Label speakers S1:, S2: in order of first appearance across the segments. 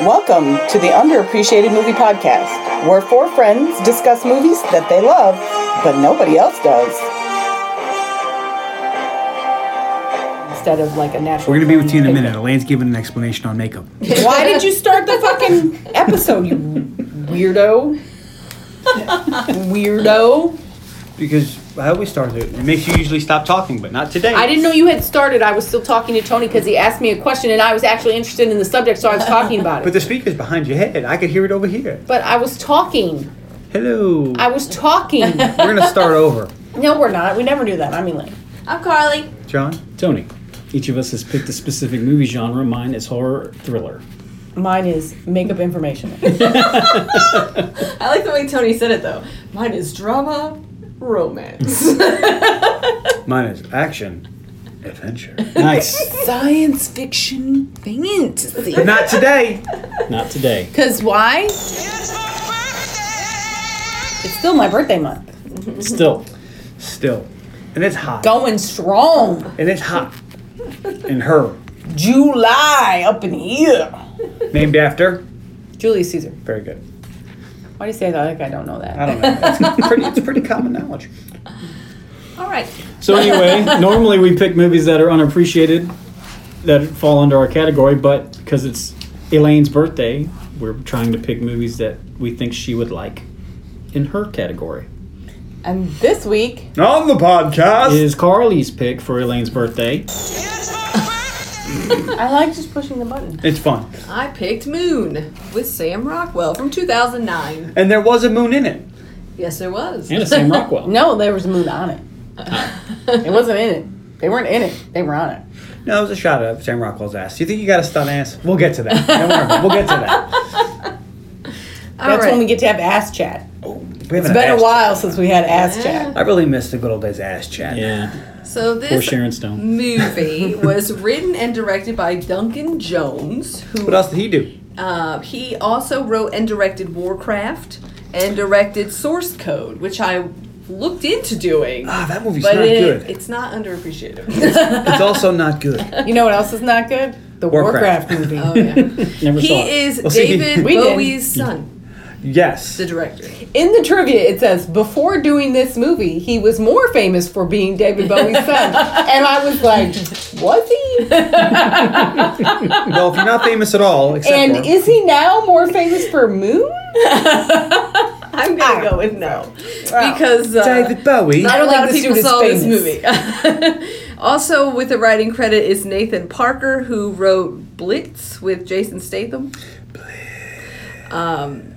S1: Welcome to the Underappreciated Movie Podcast, where four friends discuss movies that they love, but nobody else does. Instead of like a natural.
S2: We're gonna be with you in a minute. Elaine's giving an explanation on makeup.
S1: Why did you start the fucking episode, you weirdo? weirdo.
S3: Because how we started it, it makes you usually stop talking, but not today.
S4: I didn't know you had started. I was still talking to Tony because he asked me a question and I was actually interested in the subject, so I was talking about
S3: But
S4: it.
S3: the speaker's behind your head. I could hear it over here.
S4: But I was talking.
S3: Hello.
S4: I was talking.
S3: We're gonna start over,
S4: no, we're not. We never do that. I mean, like,
S5: I'm Carly.
S3: John.
S6: Tony, each of us has picked a specific movie genre. Mine is horror thriller.
S1: Mine is makeup information.
S5: I like the way Tony said it though. Mine is drama, romance.
S3: Mine is action, adventure.
S6: Nice.
S1: Science fiction fantasy.
S3: But not today.
S6: Not today.
S1: Because why? It's still my birthday month.
S6: Still,
S3: Still, and it's hot.
S1: Going strong.
S3: And it's hot. And her,
S1: July up in here.
S3: named after.
S1: Julius Caesar.
S3: Very good.
S1: Why do you say that? Like I don't know that.
S3: I don't know. It's pretty. It's pretty common knowledge.
S5: All right.
S6: So anyway, normally we pick movies that are unappreciated that fall under our category, but because it's Elaine's birthday, we're trying to pick movies that we think she would like in her category.
S1: And this week,
S3: On the podcast.
S6: Is Carly's pick for Elaine's birthday?
S1: I like just pushing the button.
S3: It's fun.
S5: I picked Moon with Sam Rockwell from 2009.
S3: And there was a moon in it.
S5: Yes, there was.
S6: And it's Sam Rockwell.
S1: No, there was a moon on it. it wasn't in it. They weren't in it. They were on it.
S3: No, it was a shot at Sam Rockwell's ass. You think you got a stunt ass? We'll get to that. Don't worry. We'll get to that.
S5: All
S1: That's
S5: right.
S1: when we get to have ass chat.
S3: We haven't
S1: It's been
S3: asked-
S1: a while since we had ass chat.
S3: I really miss the good old days of ass chat.
S6: Yeah,
S5: so
S6: or
S5: this
S6: Sharon Stone.
S5: movie was written and directed by Duncan Jones,
S3: What
S5: who
S3: else did he do?
S5: uh, he also wrote and directed Warcraft and directed Source Code, which I looked into doing.
S3: Ah, that movie's
S5: but
S3: not
S5: it-
S3: good.
S5: it's not underappreciated.
S3: it's also not good.
S1: You know what else is not good? The Warcraft,
S3: Warcraft.
S1: movie.
S5: Oh, yeah.
S6: Never saw it.
S5: He is
S3: Well, see,
S5: David
S1: we did.
S5: Bowie's son,
S3: Yes.
S5: the director.
S1: In the trivia, it says before doing this movie, he was more famous for being David Bowie's son, and I was like, was he?
S3: Well, if you're not famous at all, except
S1: And
S3: for,
S1: is he now more famous for Moon?
S5: I'm gonna go with no because uh,
S3: David Bowie.
S5: not a
S1: don't think
S5: lot
S1: this
S5: of people
S1: dude is
S5: saw this movie.
S1: famous.
S5: also, with the writing credit is Nathan Parker, who wrote Blitz with Jason Statham. Um,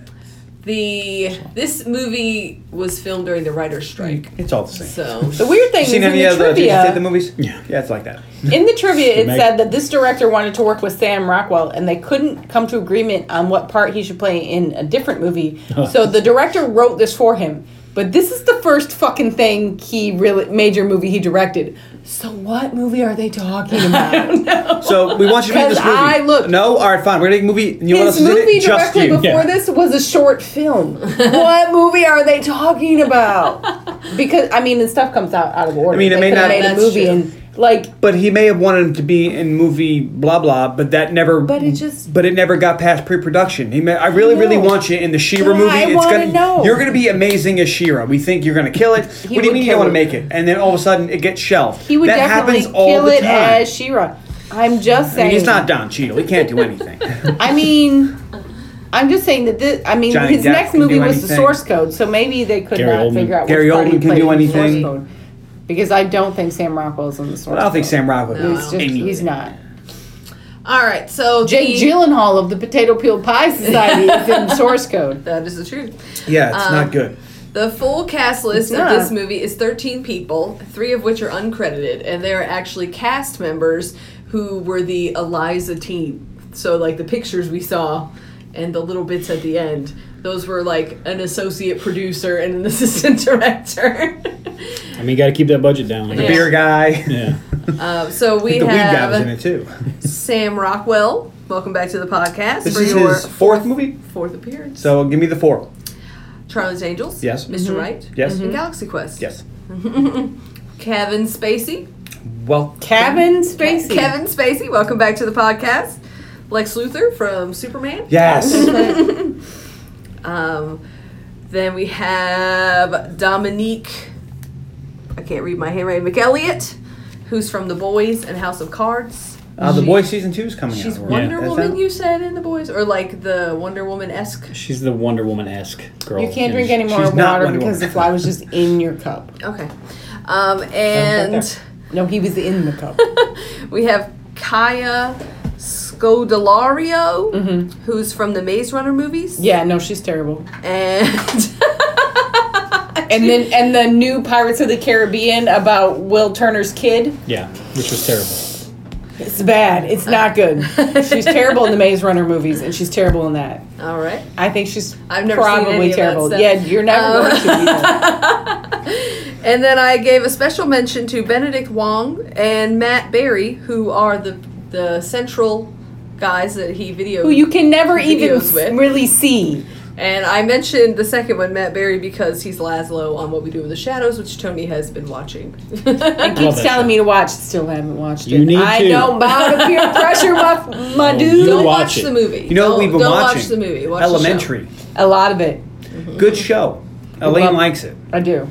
S5: the this movie was filmed during the writer's strike,
S3: It's all the same.
S5: so
S1: The weird thing
S3: you
S1: is
S3: seen
S1: in
S3: any
S1: the
S3: of the Jason
S1: trivia.
S3: Statham movies? Yeah. Yeah, it's like that.
S1: In the trivia, it
S6: Meg-
S1: said that this director wanted to work with Sam Rockwell, and they couldn't come to agreement on what part he should play in a different movie. so the director wrote this for him. But this is the first fucking thing he really major movie he directed. So what movie are they talking about?
S3: So we want you to read this movie.
S1: Because I looked-
S3: No, all right, fine. We're gonna take a movie. You want us
S1: His
S3: to
S1: movie
S3: it? Just
S1: directly
S3: you.
S1: before
S6: Yeah.
S1: this was a short film. what movie are they talking about? Because I mean, and stuff comes out out of order. I
S3: mean, it may not-
S1: made a
S5: That's
S1: movie
S5: true.
S1: and like
S3: But he may have wanted him to be in movie blah blah, but that never.
S1: But it just-
S3: But it never got past pre-production. He may, I really, really
S1: No.
S3: want you in the Shira
S1: I
S3: movie. It's
S1: wanna
S3: gonna.
S1: know.
S3: You're gonna be amazing as Shira. We think you're gonna kill it. what do
S1: would
S3: you mean you
S1: kill
S3: don't want
S1: it.
S3: to make it? And then all of a sudden it gets shelved.
S1: he would
S3: that
S1: definitely
S3: happens all
S1: kill
S3: the
S1: it
S3: time.
S1: as Shira. I'm just
S3: I
S1: saying
S3: mean, he's not Don Cheadle. He can't do anything.
S1: I mean, I'm just saying that this. I mean,
S3: Johnny
S1: his
S3: Depp
S1: next
S3: can do
S1: movie was the
S3: anything.
S1: Source Code, so maybe they could
S6: Gary
S1: not
S6: Oldman.
S1: figure out
S3: Gary
S1: which part he
S3: Oldman can
S1: played
S3: do
S1: in Source
S3: anything.
S1: Code. because I don't think Sam Rockwell's in the Source.
S3: I don't think
S1: Code.
S3: Sam Rockwell. is
S5: No.
S1: He's just
S3: anything.
S1: he's not.
S5: all right. So
S1: Jake
S5: the-
S1: Gyllenhaal of the Potato Peel Pie Society is in Source Code.
S5: that is the truth.
S3: Yeah, it's
S5: Um,
S3: not good.
S5: The full cast
S1: It's
S5: list of
S1: not.
S5: this movie is 13 people, three of which are uncredited, and they are actually cast members who were the Eliza team. So, like the pictures we saw and the little bits at the end, those were like an associate producer and an assistant director.
S6: I mean, you got to keep that budget down. I
S3: The
S6: guess.
S3: beer guy.
S6: Yeah.
S5: uh, so, we
S3: The weed guy was in
S5: have
S3: it too.
S5: Sam Rockwell. Welcome back to the podcast
S3: This
S5: for
S3: is
S5: your
S3: his fourth movie.
S5: fourth appearance.
S3: So give me the four.
S5: Charlie's Angels.
S3: Yes. Mm-hmm.
S5: Mr. Right.
S3: Yes.
S5: And Galaxy Quest.
S3: Yes.
S5: Kevin Spacey.
S3: Well,
S1: Kevin Spacey.
S5: Kevin Spacey, welcome back to the podcast. Lex Luthor from Superman.
S3: Yes.
S5: Um, then we have Dominique. I can't read my handwriting. McElliott, who's from The Boys and House of Cards.
S3: uh, the Boys season two is coming
S5: She's
S3: out.
S5: Wonder
S3: Is
S5: Woman,
S3: that-
S5: you said in The Boys, or like the Wonder Woman esque.
S6: She's the Wonder Woman esque girl.
S1: You can't
S6: And
S1: drink any more
S3: she's not
S1: water
S3: Wonder
S1: because
S3: Woman.
S1: the fly was just in your cup.
S5: Okay. Um, and
S1: No, he was in the cup.
S5: we have Kaya Scodelario, who's from the Maze Runner movies.
S1: yeah, no, she's terrible.
S5: And
S1: And then and the new Pirates of the Caribbean about Will Turner's kid.
S6: Yeah, which was terrible.
S1: It's bad. It's
S5: Uh.
S1: not good. She's terrible in the Maze Runner movies, and she's terrible in that.
S5: all right.
S1: I think she's
S5: I've never seen
S1: probably
S5: any of that
S1: terrible.
S5: stuff. Uh.
S1: Yeah, you're never going to. Either.
S5: And then I gave a special mention to Benedict Wong and Matt Berry, who are the the central guys that he videoed.
S1: Who you can never even
S5: Videos with.
S1: really see.
S5: And I mentioned the second one, Matt Berry, because he's Laszlo on What We Do in the Shadows, which Tony has been watching.
S1: It
S6: Love
S1: keeps telling
S6: that show.
S1: me to watch. Still haven't watched it.
S6: You need
S1: I
S6: to.
S1: know bound to peer pressure, my, my dude.
S6: You
S5: Don't
S6: watch
S5: watch,
S6: it.
S5: the movie.
S3: You know
S5: don't,
S3: what we've been
S5: don't
S3: watching?
S5: watch the movie. Watch the show.
S3: Elementary.
S1: A lot of it,
S3: Good show. Elaine
S1: Love-
S3: likes it.
S1: I do.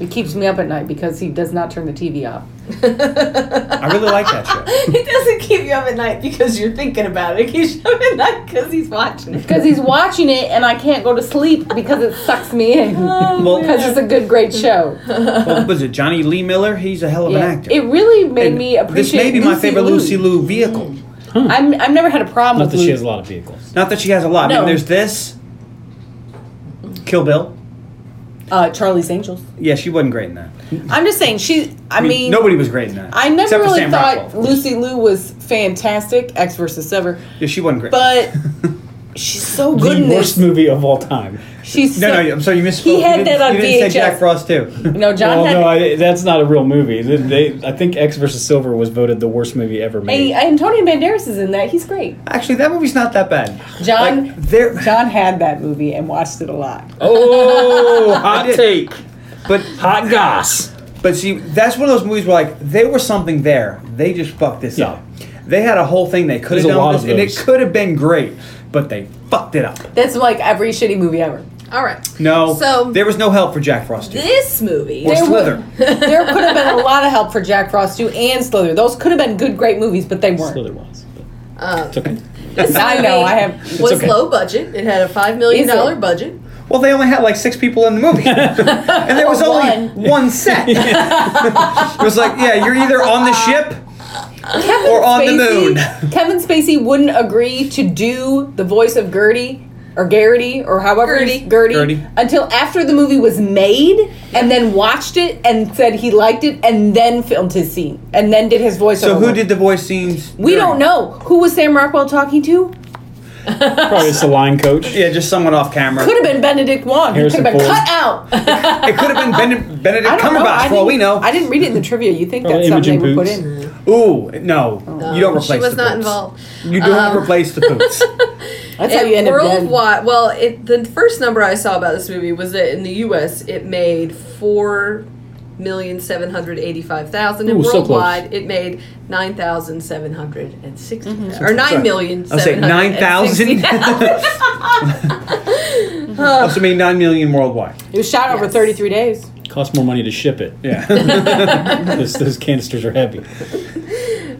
S1: It keeps me up at night because he does not turn the TV off.
S3: I really like that show.
S1: Oh,
S5: it doesn't keep you up at night because you're thinking about it. It keeps you up at night because he's watching it.
S1: Because he's watching it and I can't go to sleep because it sucks me in.
S5: Oh,
S3: Well,
S1: Because it's a good, great show.
S3: well, was it Johnny Lee Miller? He's a hell of an
S1: Yeah.
S3: actor.
S1: It really made
S3: And
S1: me appreciate.
S3: This may be my favorite Lucy
S1: Liu. Mm.
S3: Liu vehicle.
S1: I'm, I've never had a problem with
S6: Not that
S1: Lucy.
S6: she has a lot of vehicles.
S3: Not that she has a lot. I
S1: No.
S3: mean, there's this. Kill Bill.
S1: uh, Charlie's Angels.
S3: Yeah, she wasn't great in that. I mean,
S1: I'm just saying she. I mean,
S3: nobody was great in that.
S1: I never
S3: except for
S1: really
S3: Sam
S1: thought
S3: Rockwell.
S1: Lucy Liu was fantastic. X versus Sever,
S3: Yeah, she wasn't great.
S1: but she's so good
S6: The
S1: in
S6: worst
S1: this.
S6: movie of all time.
S1: She's
S3: no,
S1: so,
S3: no, I'm sorry, you missed.
S1: He had
S3: you didn't-
S1: that on
S3: You didn't say
S1: VHS.
S3: Jack Frost too.
S1: no, John
S6: well,
S1: had.
S6: no, I, that's not a real movie. They, they- I think X versus Silver was voted the worst movie ever made.
S1: Hey, Antonio Banderas is in that. He's great.
S3: Actually, that movie's not that bad.
S1: John.
S3: Like, there,
S1: John had that movie and watched it a lot.
S6: oh, hot
S3: did.
S6: take,
S3: but
S6: hot goss.
S3: but see, that's one of those movies where like there was something there. They just fucked this
S6: Yeah.
S3: up. They had a whole thing they could
S6: There's
S3: have
S6: a
S3: done
S6: lot
S3: with
S6: of
S3: this, and it
S6: those.
S3: could have been great, but they fucked it up.
S1: That's like every shitty movie ever.
S5: All right.
S3: No,
S5: So-
S3: there was no help for Jack Frost. Too.
S5: This movie.
S3: Or
S1: There were-
S3: Slither.
S1: There could have been a lot of help for Jack Frost too and Slither. Those could have been good, great movies, but they weren't.
S6: Slither was. but it's okay.
S5: This
S1: I know,
S5: movie
S1: I have-
S5: was
S6: okay.
S5: low budget. It had a five million
S1: Is
S5: dollar
S1: it?
S5: budget.
S3: Well, they only had like six people in the movie, and there was only one, set. it was like, yeah, you're either on the ship or on the moon.
S1: Kevin Spacey wouldn't agree to do the voice of Gertie or Garrity or however he's- Gertie,
S3: Gertie.
S1: until after the movie was made and then watched it and said he liked it and then filmed his scene and then did his voiceover.
S3: So who did the voice scenes?
S1: We
S3: during?
S1: don't know who was Sam Rockwell talking to.
S6: Probably it's the line coach.
S3: Yeah, just someone off camera.
S1: Could have been Benedict Wong. He could
S6: Harrison
S1: have been
S6: Ford.
S1: cut out.
S3: It could have been Bene- Benedict
S1: I don't know. I
S3: Cumberbatch, for all
S1: didn't-
S3: we know.
S1: I didn't read it in the trivia. You think that's
S6: Probably
S1: something they
S6: Imogen
S1: would put
S6: Poots.
S1: in?
S3: Ooh, no, you don't replace.
S5: Oh. Um, She
S3: the
S5: was not
S3: boots.
S5: involved. Um,
S3: You don't replace the boots.
S1: That's how
S5: And
S1: you end up dead.
S5: worldwide, well, it, the first number I saw about this movie was that in the U.S. it made four million seven hundred eighty-five thousand, and
S6: Ooh, so close.
S5: worldwide it made nine thousand seven hundred and sixty,
S1: Mm-hmm.
S5: or nine million.
S3: I'll say nine thousand. Also, made nine million worldwide.
S1: It was shot over
S5: Yes.
S1: 33 days.
S6: Costs more money to ship it.
S3: Yeah,
S6: Those, those canisters are heavy.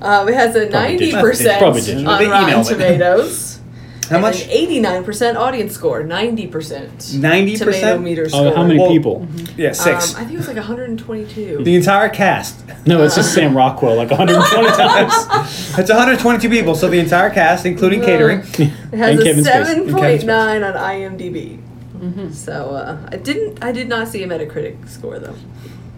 S5: Um, it has a ninety percent
S6: Probably digital.
S5: on
S3: They
S5: Rotten
S3: emailed it.
S5: Tomatoes.
S3: how much?
S5: Eighty-nine percent audience score. Ninety percent.
S3: 90%?
S5: tomato meter score.
S6: Oh, how many
S3: Well,
S6: people?
S3: Yeah,
S5: Um,
S3: six.
S5: I think it was like 122.
S3: the entire cast.
S6: No, it's just Sam Rockwell, like 120 times.
S3: It's 122 people, so the entire cast, including catering.
S5: It has
S6: And
S5: a
S6: Kevin Spacey.
S5: seven
S3: And Kevin
S5: point
S3: Spacey.
S5: nine on IMDb. So uh, I didn't. I did not see a Metacritic score though.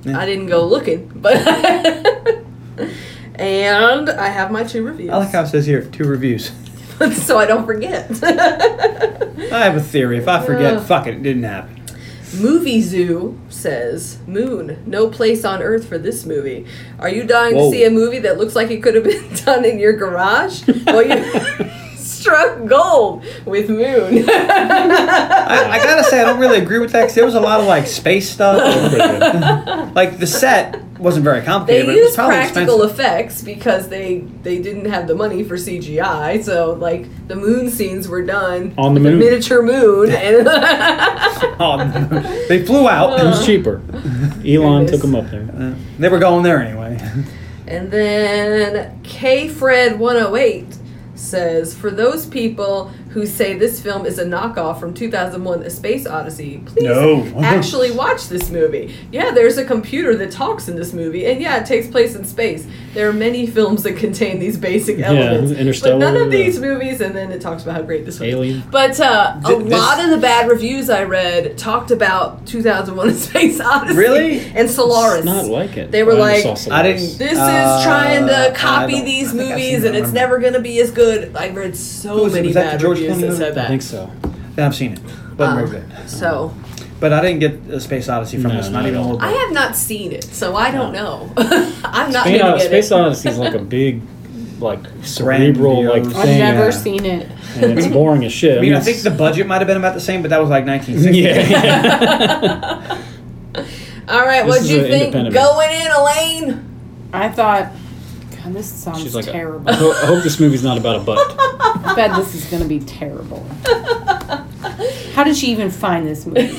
S5: I didn't go looking, but and I have my two reviews,
S3: I like how it says here two reviews.
S5: so I don't forget.
S3: I have a theory. If I forget, fuck it, it didn't happen.
S5: movie Zoo says Moon, no place on earth for this movie. Are you dying
S3: Whoa.
S5: to see a movie that looks like it could have been done in your garage? Well, you struck gold with Moon.
S3: I, I gotta say, I don't really agree with that because there was a lot of like space stuff. like the set wasn't very
S5: They
S3: complicated. but it was
S5: used
S3: probably
S5: practical
S3: expensive.
S5: effects because they they didn't have the money for CGI. So like the moon scenes were done
S6: On the
S5: with
S6: moon.
S5: a miniature moon, and
S3: Oh, they flew out.
S6: It was cheaper. Elon
S5: It
S6: took
S5: is.
S6: them up there.
S3: Uh, they were going there anyway.
S5: And then K Fred 108 says for those people who say this film is a knockoff from 2001 A Space Odyssey, please
S3: No.
S5: actually watch this movie. Yeah, there's a computer that talks in this movie and yeah, it takes place in space. There are many films that contain these basic elements. But
S6: Interstellar,
S5: none
S6: uh,
S5: of these movies and then it talks about how great this one is.
S6: Alien.
S5: But uh, a
S3: Th- this-
S5: lot of the bad reviews I read talked about 2001 A Space Odyssey
S3: Really?
S5: and Solaris.
S6: It's not like it.
S5: They were
S6: I
S5: like,
S6: saw
S3: I
S6: Solaris.
S3: didn't.
S5: This
S3: uh,
S5: is trying
S3: I
S5: to
S3: don't- I
S5: copy these
S3: think I've seen
S5: movies,
S3: that
S5: and it's
S3: one.
S5: never going to be as good. I read so
S3: was it?
S5: many
S3: Was that the
S5: bad
S3: George
S5: reviews
S3: Clooney
S5: that
S3: movie?
S5: said
S6: I think
S5: that.
S6: so.
S3: I've seen it.
S5: Oh.
S3: Wasn't very good.
S5: So
S3: But I didn't get a Space Odyssey from
S6: No,
S3: this.
S6: not
S3: Not even
S6: at
S3: a
S6: all.
S3: little bit.
S5: I have not seen it, so I don't know. I'm not going
S6: Space,
S5: to
S6: Odyssey
S5: get
S6: Space
S5: it.
S6: Odyssey is like a big, like cerebral like
S3: Grandiose.
S1: I've
S6: thing,
S1: never
S3: Yeah.
S1: seen it.
S6: and it's boring as shit.
S3: I mean, I
S6: it's-
S3: think the budget might have been about the same, but that was like 1960.
S6: yeah, yeah.
S5: All right,
S6: This
S5: what'd
S6: is
S5: you
S6: an
S5: think?
S6: independent
S5: Going in, Elaine.
S1: I thought, God, this sounds
S6: She's like, I,
S1: terrible.
S6: I ho- I hope this movie's not about a butt.
S1: I bet this is going to be terrible. How did she even find this movie?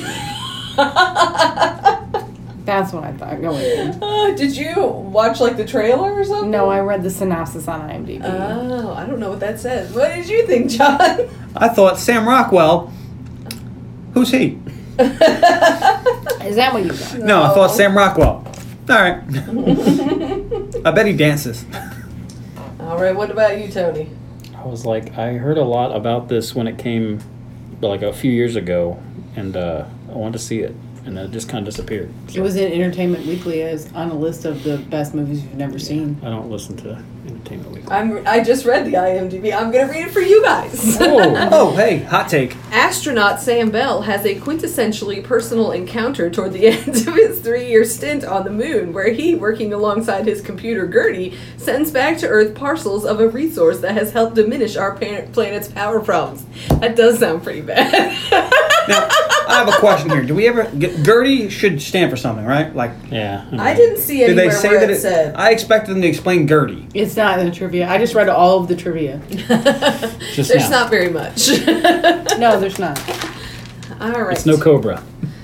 S1: That's what I thought going in.
S5: Uh, did you watch like the trailer or something?
S1: No, I read the synopsis on IMDb.
S5: Oh, I don't know what that says. What did you think, John?
S3: I thought Sam Rockwell. Who's he?
S1: is that what you got?
S3: No, I thought Sam Rockwell. All right. I bet he dances.
S5: All right, what about you, Tony?
S6: I was like, I heard a lot about this when it came, like a few years ago, and uh, I wanted to see it, and then it just kind of disappeared.
S1: It
S6: So
S1: was in Entertainment Weekly as on a list of the best movies you've never seen.
S6: I don't listen to Entertainment Weekly.
S5: I'm. I just read the IMDb. I'm going to read it for you guys.
S6: Oh,
S3: Oh, hey, hot take.
S5: Astronaut Sam Bell has a quintessentially personal encounter toward the end of his three year stint on the moon, where he, working alongside his computer Gertie, sends back to Earth parcels of a resource that has helped diminish our pan- planet's power problems. That does sound pretty bad.
S3: Now, I have a question here. Do we ever G- Gertie should stand for something, right? Like,
S6: yeah. don't
S5: I
S6: know.
S5: didn't see
S3: did
S5: anywhere
S3: they say
S5: where
S3: that
S5: it,
S3: it?
S5: said.
S3: I expected them to explain Gertie.
S1: It's not in the trivia. I just read all of the trivia.
S6: Just
S5: There's
S6: now.
S5: not very much.
S1: No, there's not.
S5: All right.
S6: It's no Cobra.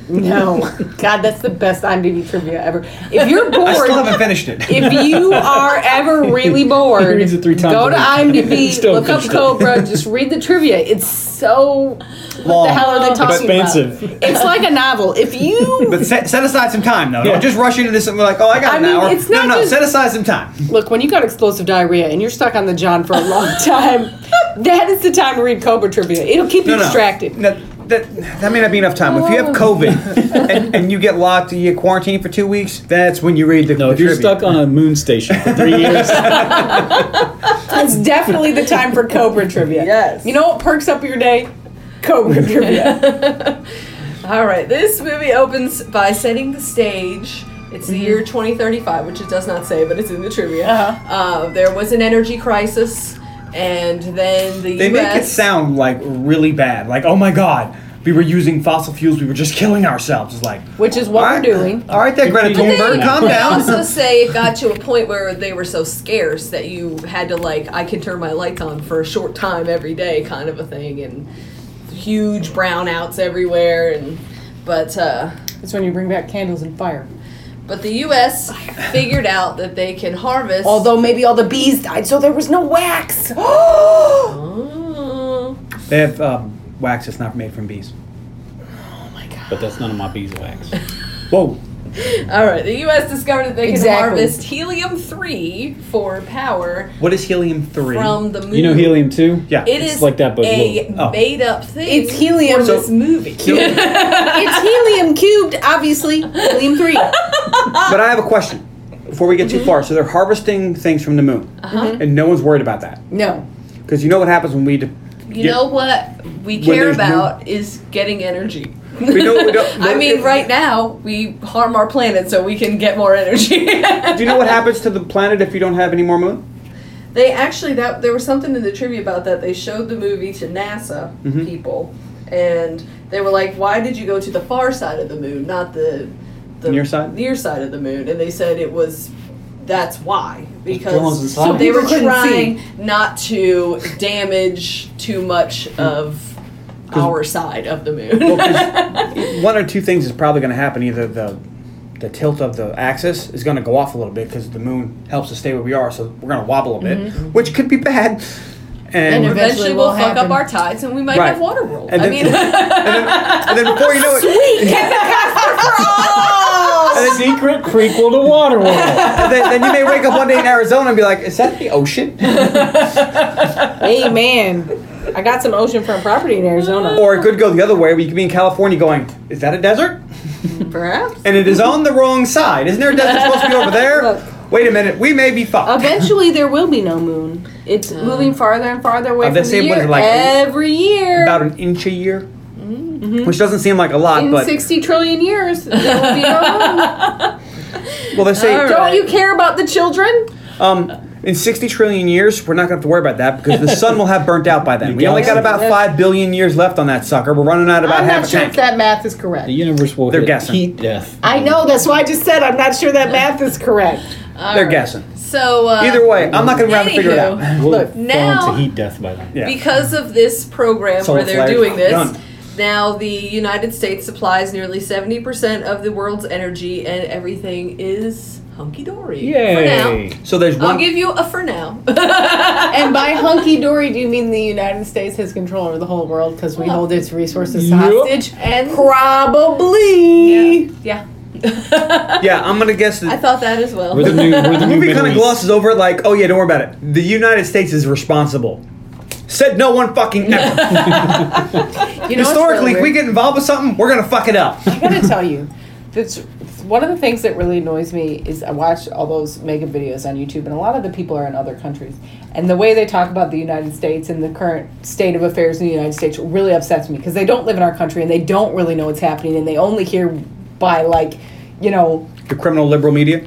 S1: No. God, that's the best IMDb trivia ever. If you're bored,
S3: I still haven't finished it.
S1: if you are ever really bored,
S6: He reads it three times
S1: go
S6: a
S1: to
S6: week.
S1: IMDb,
S6: Still
S1: look up
S6: finished it.
S1: Cobra, just read the trivia. It's so.
S3: Long.
S1: What the hell are they talking
S6: Expensive.
S1: about? It's like a novel. If you.
S3: But set, set aside some time, though. Don't just rush into this and be like, oh, I got
S1: I
S3: an
S1: mean,
S3: hour.
S1: it's
S3: no,
S1: not
S3: no,
S1: just-
S3: set aside some time.
S1: Look, when you got explosive diarrhea and you're stuck on the John for a long time, that is the time to read Cobra trivia. It'll keep you
S3: No, no.
S1: distracted. Oh.
S3: No, that, that may not be enough time. If you have COVID and, and you get locked, you get quarantined for two weeks, that's when you read the
S6: No,
S3: the
S6: if you're
S3: trivia.
S6: stuck on a moon station for three years,
S1: It's definitely the time for Cobra trivia.
S5: Yes.
S1: You know what perks up your day? Cobra trivia.
S5: All right, this movie opens by setting the stage. It's the year 2035, which it does not say, but it's in the trivia.
S1: Uh-huh.
S5: Uh, there was an energy crisis, and then the
S3: They
S5: U.S.
S3: make it sound like really bad. Like, oh my God, we were using fossil fuels. We were just killing ourselves. It's like,
S1: Which is what
S3: all
S1: we're
S3: right,
S1: doing.
S3: All right, there, Greta
S6: But they-
S3: Thunberg, calm
S5: They
S3: down.
S5: also say it got to a point where they were so scarce that you had to like I can turn my lights on for a short time every day, kind of a thing, and huge brownouts everywhere, and but. Uh,
S1: It's when you bring back candles and fire.
S5: but the U.S. figured out that they can harvest.
S1: Although maybe all the bees died, so there was no wax.
S5: Oh.
S3: They have um, wax that's not made from bees.
S6: but that's none of my beeswax.
S3: Whoa.
S5: All right, the U.S. discovered that they
S1: Exactly.
S5: can harvest helium three for power
S3: What is helium 3?
S5: from the moon.
S6: You know helium too?
S3: yeah.
S5: It
S6: It's
S5: is
S6: like that, but
S5: a
S6: blue.
S3: Oh.
S5: made up thing.
S1: It's helium.
S5: for this movie.
S1: it's helium cubed, obviously. Helium 3.
S3: But I have a question before we get
S1: Mm-hmm.
S3: too far. So they're harvesting things from the moon, and no one's worried about that
S1: Uh-huh. No.
S3: because you know what happens when we. De-
S5: You
S3: get-
S5: know what we
S3: When
S5: care
S3: there's no-
S5: about is getting energy.
S3: we know, we don't,
S5: I mean, right now we harm our planet so we can get more energy.
S3: Do you know what happens to the planet if you don't have any more moon?
S5: They actually that there was something in the trivia about that. They showed the movie to NASA
S3: Mm-hmm.
S5: people, and they were like, "Why did you go to the far side of the moon, not the the
S3: Near side?
S5: near side of the moon, and they said it was that's why
S6: Drones
S5: because
S6: and So
S5: they
S1: people
S5: were
S1: couldn't
S5: trying not to damage too much
S3: Hmm.
S5: of our side of the moon.
S3: One or two things is probably going to happen. Either the the tilt of the axis is going to go off a little bit because the moon helps us stay where we are, so we're going to wobble a bit, which could be bad. And,
S5: And
S3: and,
S5: eventually
S1: will
S5: we'll fuck
S1: happen.
S5: up our tides and we might
S3: Right.
S5: have water world.
S3: And
S5: I
S3: then-
S5: mean
S3: then before you know it,
S6: Secret prequel to Waterworld.
S3: then, then you may wake up one day in Arizona and be like, "Is that the ocean?"
S1: Hey man, I got some oceanfront property in Arizona.
S3: Or it could go the other way, where you could be in California going, "Is that a desert?"
S5: perhaps.
S3: And it is on the wrong side. Isn't there a desert supposed to be over there? Wait a minute, we may be fucked.
S1: Eventually, there will be no moon. It's moving farther and farther away
S3: Uh,
S1: from
S3: they
S1: the
S3: say, what is
S1: year
S3: it, like-
S1: every year.
S3: About an inch a year, which doesn't seem like a lot,
S1: Mm-hmm.
S3: but
S1: in 60 trillion years, there will be no moon.
S3: well, they say
S1: Don't you care about the children?
S3: Um, in 60 trillion years, we're not going to have to worry about that because the sun will have burnt out by then. We only got about 5 billion years left on that sucker. We're running out about
S1: I'm
S3: half
S1: not
S3: a
S1: sure
S3: tank.
S1: if that math is correct.
S6: the universe will
S3: They're
S6: hit
S3: guessing.
S6: heat death.
S1: I know, that's why I just said I'm not sure that math is correct.
S3: They're guessing.
S5: So uh,
S3: Either way, I'm not going to be around to figure it out.
S5: Anywho,
S6: We'll
S1: Look,
S6: fall
S5: now-
S6: into heat death by then.
S3: Yeah.
S5: because of this program
S3: Solar
S5: where they're
S3: flares.
S5: doing this
S3: Done.
S5: now the united states supplies nearly 70% of the world's energy and everything is hunky-dory
S6: Yay!
S5: for now
S3: So there's
S5: i'll
S3: one.
S5: give you a for now
S1: And by hunky dory, do you mean the United States has control over the whole world because we hold its resources
S6: Yup.
S1: hostage?
S5: and
S1: Probably.
S5: yeah
S3: yeah, I'm going to guess
S5: i
S3: that.
S5: thought that as well
S6: We're the new. We're the
S3: The
S6: new
S3: movie kind of
S6: Middle East.
S3: glosses over it like, oh yeah, don't worry about it. The United States is responsible. Said no one fucking ever.
S1: You know what's
S3: Historically,
S1: really
S3: if we
S1: weird?
S3: get involved with something, we're going to fuck it up.
S1: I gotta tell you, that's one of the things that really annoys me is I watch all those makeup videos on YouTube, and a lot of the people are in other countries, and the way they talk about the United States and the current state of affairs in the United States really upsets me because they don't live in our country and they don't really know what's happening, and they only hear by like, you know,
S3: The criminal liberal media.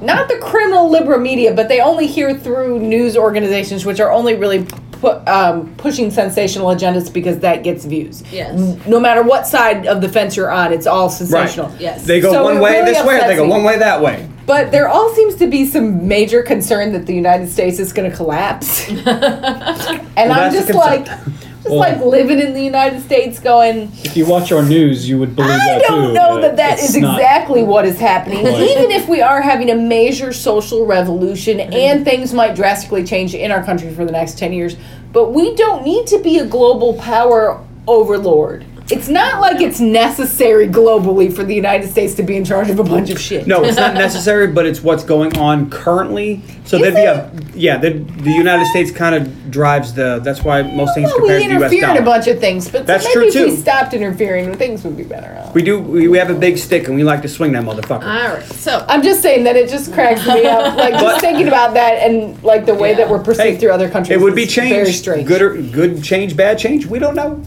S1: not the criminal liberal media, but they only hear through news organizations, which are only really pu- um, pushing sensational agendas because that gets views.
S5: Yes.
S1: N- No matter what side of the fence you're on, it's all sensational.
S5: Yes.
S3: They go
S1: So
S3: one
S1: it
S3: way
S1: really
S3: this way, or they
S1: upsets
S3: go
S1: me.
S3: one way that way.
S1: But there all seems to be some major concern that the United States is going to collapse. and I'm
S3: that's a
S1: just
S3: concern.
S1: like, just
S6: Well-
S1: like living in the United States going,
S6: If you watch our news, you would believe
S1: I
S6: that
S1: don't
S6: too,
S1: know that
S6: but
S1: that is
S6: it's not.
S1: exactly what is happening.
S6: Right.
S1: Even if we are having a major social revolution
S3: Mm-hmm.
S1: and things might drastically change in our country for the next 10 years, but we don't need to be a global power overlord. It's not like it's necessary globally for the United States to be in charge of a bunch of shit.
S3: No, it's not necessary, but it's what's going on currently. So there'd be a yeah. The, the United States kind of drives the. That's why most things
S1: Well,
S3: compared
S1: we
S3: to the U.S.
S1: interfere in
S3: dollar.
S1: a bunch of things, but so
S3: That's
S1: maybe
S3: true,
S1: if
S3: too.
S1: we stopped interfering, things would be better off.
S3: we do. We, we have a big stick and we like to swing that motherfucker.
S5: all right so
S1: I'm just saying that it just cracks me up. Like
S3: But-
S1: just thinking about that and like the way
S5: Yeah.
S1: that we're perceived
S3: Hey,
S1: through other countries.
S3: it would be
S1: is Very
S3: change.
S1: strange.
S3: Good or good change, bad change. We don't know.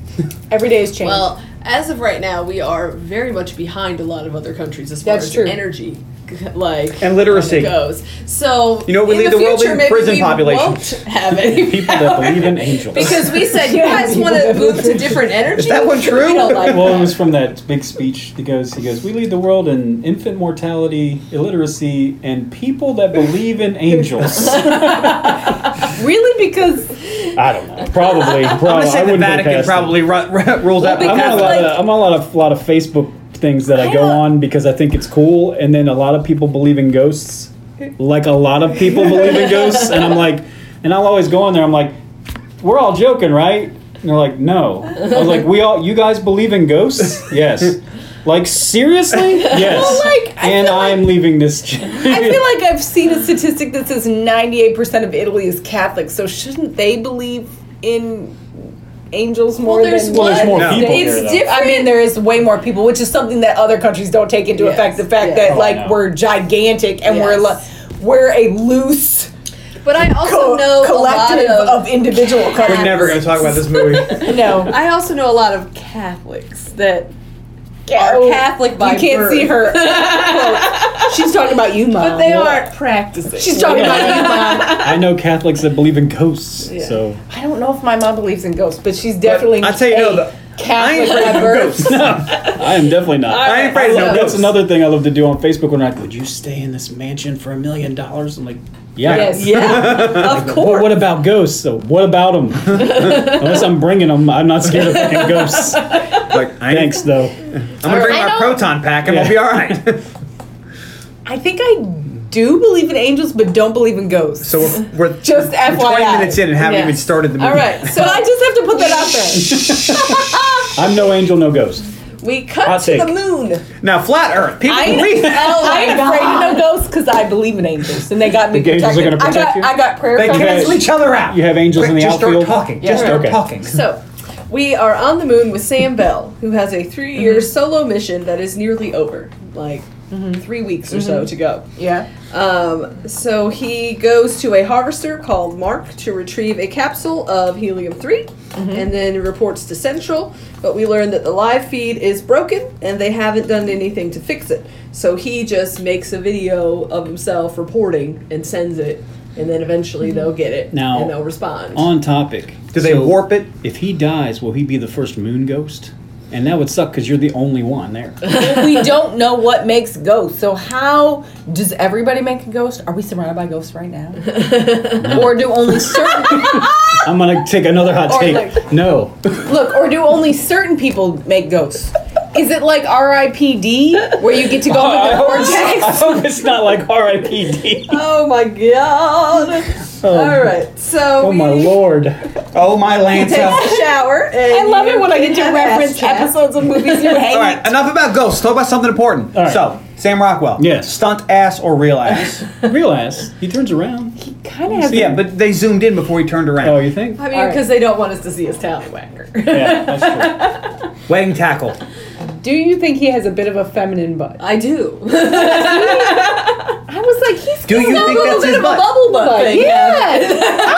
S1: Every day is change.
S5: well as of right now we are very much behind a lot of other countries as far
S1: That's
S5: as
S1: true.
S5: energy like
S3: And literacy.
S5: goes so
S3: You know what we
S5: in
S3: lead
S5: the
S3: the world
S5: future,
S3: in?
S5: maybe
S3: Prison
S5: we
S3: population.
S5: won't have any
S6: People that believe in angels.
S5: Because we said you guys want to move to different energy.
S3: Is that one true?
S5: We don't like
S6: well, it
S5: that.
S6: was from that big speech. He goes, he goes. We lead the world in infant mortality, illiteracy, and people that believe in angels.
S1: really, because
S6: I don't know. Probably, probably.
S3: I'm gonna
S6: Oh, I
S3: say the
S6: wouldn't put
S3: Vatican
S6: past
S3: probably
S6: it.
S3: ru- ru- rules that
S6: I'm on a
S5: because,
S3: out.
S6: lot
S5: like-
S6: of I'm on a lot of lot of Facebook things that I, go
S5: don't-
S6: on because I think it's cool, and then a lot of people believe in ghosts. Like a lot of people believe in ghosts, and I'm like, and I'll always go on there. I'm like, we're all joking, right? And they're like, no. I was like, we all, you guys believe in ghosts? Yes. Like seriously? Yes.
S1: like, I
S6: and
S1: feel like-
S6: I'm leaving this. ch-
S1: I feel like I've seen a statistic that says 98% of Italy is Catholic. So shouldn't they believe in angels more
S5: there's
S1: than
S5: one-
S6: well, there's more
S3: No.
S6: people
S1: It's
S6: here, though.
S1: different. I mean, there is way more people, which is something that other countries don't take into
S5: Yes.
S1: effect. The fact
S5: Yes.
S1: that
S6: Oh, I
S1: like
S6: know.
S1: we're gigantic and we're
S5: Yes.
S1: lo- we're a loose
S5: But I also
S1: co-
S5: know a lot
S1: collective
S5: of.
S1: of, individual
S3: We're
S1: countries.
S3: never gonna talk about this movie.
S1: No,
S5: I also know a lot of Catholics that
S1: Oh,
S5: are Catholic by
S1: You can't
S5: birth.
S1: see her. Quote. She's talking about you, mom.
S5: But they aren't practicing.
S1: She's talking about you, mom.
S6: I know Catholics that believe in ghosts. So
S1: I don't know if my mom believes in ghosts, but she's definitely.
S3: I tell you,
S1: a,
S3: no, the- I ain't
S1: Catholic
S3: afraid of
S1: adverse.
S3: ghosts.
S6: I am definitely not.
S3: I ain't afraid of no
S6: Look, that's
S3: ghosts.
S6: another thing I love to do on Facebook when I would you stay in this mansion for a million dollars? I'm like, yeah.
S1: Yes.
S4: Yeah, of
S6: But
S4: course.
S6: what about ghosts? So what about them? Unless I'm bringing them, I'm not scared of fucking ghosts.
S3: Like, I ain't-
S6: Thanks, though.
S3: I'm gonna bring my
S1: I know.
S3: proton pack and
S6: Yeah.
S3: we'll be all right.
S1: I think I do believe in angels, but don't believe in ghosts.
S3: so we're, we're
S1: Just
S3: we're 20
S1: FYI.
S3: minutes in and haven't
S4: Yeah.
S3: even started the movie.
S1: all right, so I just have to put that out there.
S6: I'm no angel, no ghost.
S1: We cut
S6: Hot
S1: to
S6: take.
S1: the moon.
S3: Now, flat Earth. People
S1: I,
S3: believe it.
S1: oh I ain't afraid of no ghosts because I believe in angels, and they got me
S6: The angels are
S1: protected.
S6: gonna protect
S1: I
S6: you?
S1: got, I got prayer.
S3: They
S1: cover.
S3: cancel each other out.
S6: You have angels
S3: Quick,
S6: in the
S3: just
S6: outfield?
S3: start talking.
S1: Yeah.
S3: Just start
S1: Okay.
S3: talking.
S5: So, we are on the moon with Sam Bell, who has a three year
S1: Mm-hmm.
S5: solo mission that is nearly over. Like, three weeks
S1: Mm-hmm.
S5: or so to go.
S1: Yeah.
S5: Um, so, he goes to a harvester called Mark to retrieve a capsule of helium 3
S6: Mm-hmm.
S5: and then reports to Central. But we learn that the live feed is broken and they haven't done anything to fix it. So, he just makes a video of himself reporting and sends it. And then eventually they'll get it
S6: Mm-hmm. Now,
S5: and they'll respond.
S6: On topic.
S3: Do they
S6: So,
S3: warp it?
S6: If he dies, will he be the first moon ghost? And that would suck because you're the only one there.
S1: we don't know what makes ghosts. So how does everybody make a ghost? Are we surrounded by ghosts right now? or do only certain
S6: I'm gonna take another hot
S1: Or
S6: take.
S1: like-
S6: no,
S1: look, or do only certain people make ghosts? Is it like uh, R.I.P.D. where you get to go
S6: I
S1: into the
S6: hope-
S1: vortex?
S6: I hope it's not like R.I.P.D.
S5: Oh my god! All right, so
S6: Oh
S5: we
S6: my lord!
S3: Oh, my Lanta.
S5: take a shower. And
S1: I love it when I
S5: you
S1: get to
S5: have
S1: reference
S5: ass chat.
S1: episodes of movies you hate.
S3: All right, enough about ghosts. Talk about something important.
S6: All right.
S3: So, Sam Rockwell.
S6: Yes.
S3: Stunt ass or real ass?
S6: Realize he turns around.
S1: Kind of has
S3: yeah, but they zoomed in before he turned around.
S6: Oh, you think?
S5: I mean, because they don't want us to see us tallywhacker.
S6: Yeah, that's true.
S3: Wedding tackle.
S1: Do you think he has a bit of a feminine butt?
S5: I do.
S1: I was like, he's
S3: Do you think that's his butt?
S5: Bubble butt
S1: like,
S5: thing.
S1: yeah. I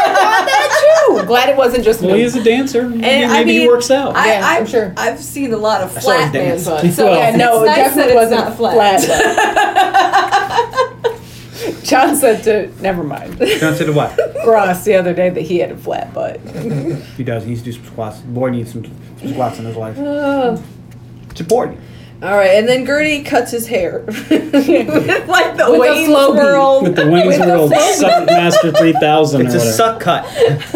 S1: thought that too. Glad it wasn't just
S6: Well,
S1: me.
S6: he is a dancer. Maybe,
S5: And I
S6: maybe
S5: mean,
S6: he works out.
S5: I,
S1: Yeah,
S5: I've,
S1: I'm sure.
S5: I've seen a lot of
S3: saw his
S5: flat man
S3: dance.
S5: butts. So
S6: Well,
S1: Yeah, no, it
S5: it's nice
S1: definitely
S5: that it's
S1: wasn't
S5: not
S1: flat.
S5: flat.
S1: butt. John said to never mind.
S3: Don't say the what?
S1: Ross the other day that he had a flat butt.
S3: He does. He needs to do some squats. Boy needs some, some squats in his life. It's important.
S5: All right, and then Gertie cuts his hair with like the
S1: With a
S5: way
S1: flow beat.
S5: world.
S6: With the Wayne's World Suck Master 3000
S3: It's
S6: or
S3: a
S6: whatever.
S3: suck cut.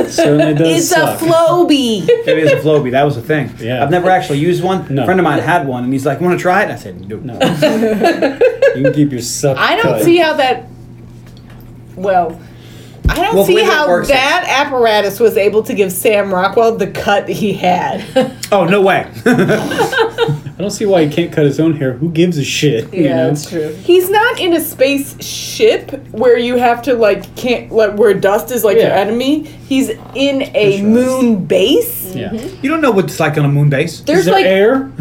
S6: Certainly does
S1: It's
S6: suck.
S1: a floby.
S3: it is a Floby. That was a thing.
S6: Yeah.
S3: I've never actually used one.
S6: No.
S3: A friend of mine had one, and he's like, "Want to try it?" I said, "No."
S6: No. you can keep your suck.
S1: I don't
S6: cut.
S1: see how that. Well, I don't
S3: Well,
S1: see
S3: when it
S1: how
S3: works,
S1: that apparatus was able to give Sam Rockwell the cut he had.
S3: Oh no way!
S6: I don't see why he can't cut his own hair. Who gives a shit? you
S5: Yeah,
S6: know?
S5: that's true.
S1: He's not in a spaceship where you have to like can't like where dust is like your
S6: Yeah.
S1: enemy. He's in a
S6: Sure.
S1: moon base.
S6: Yeah.
S3: you don't know what it's like on a moon base.
S1: There's
S6: Is there
S1: like
S6: air?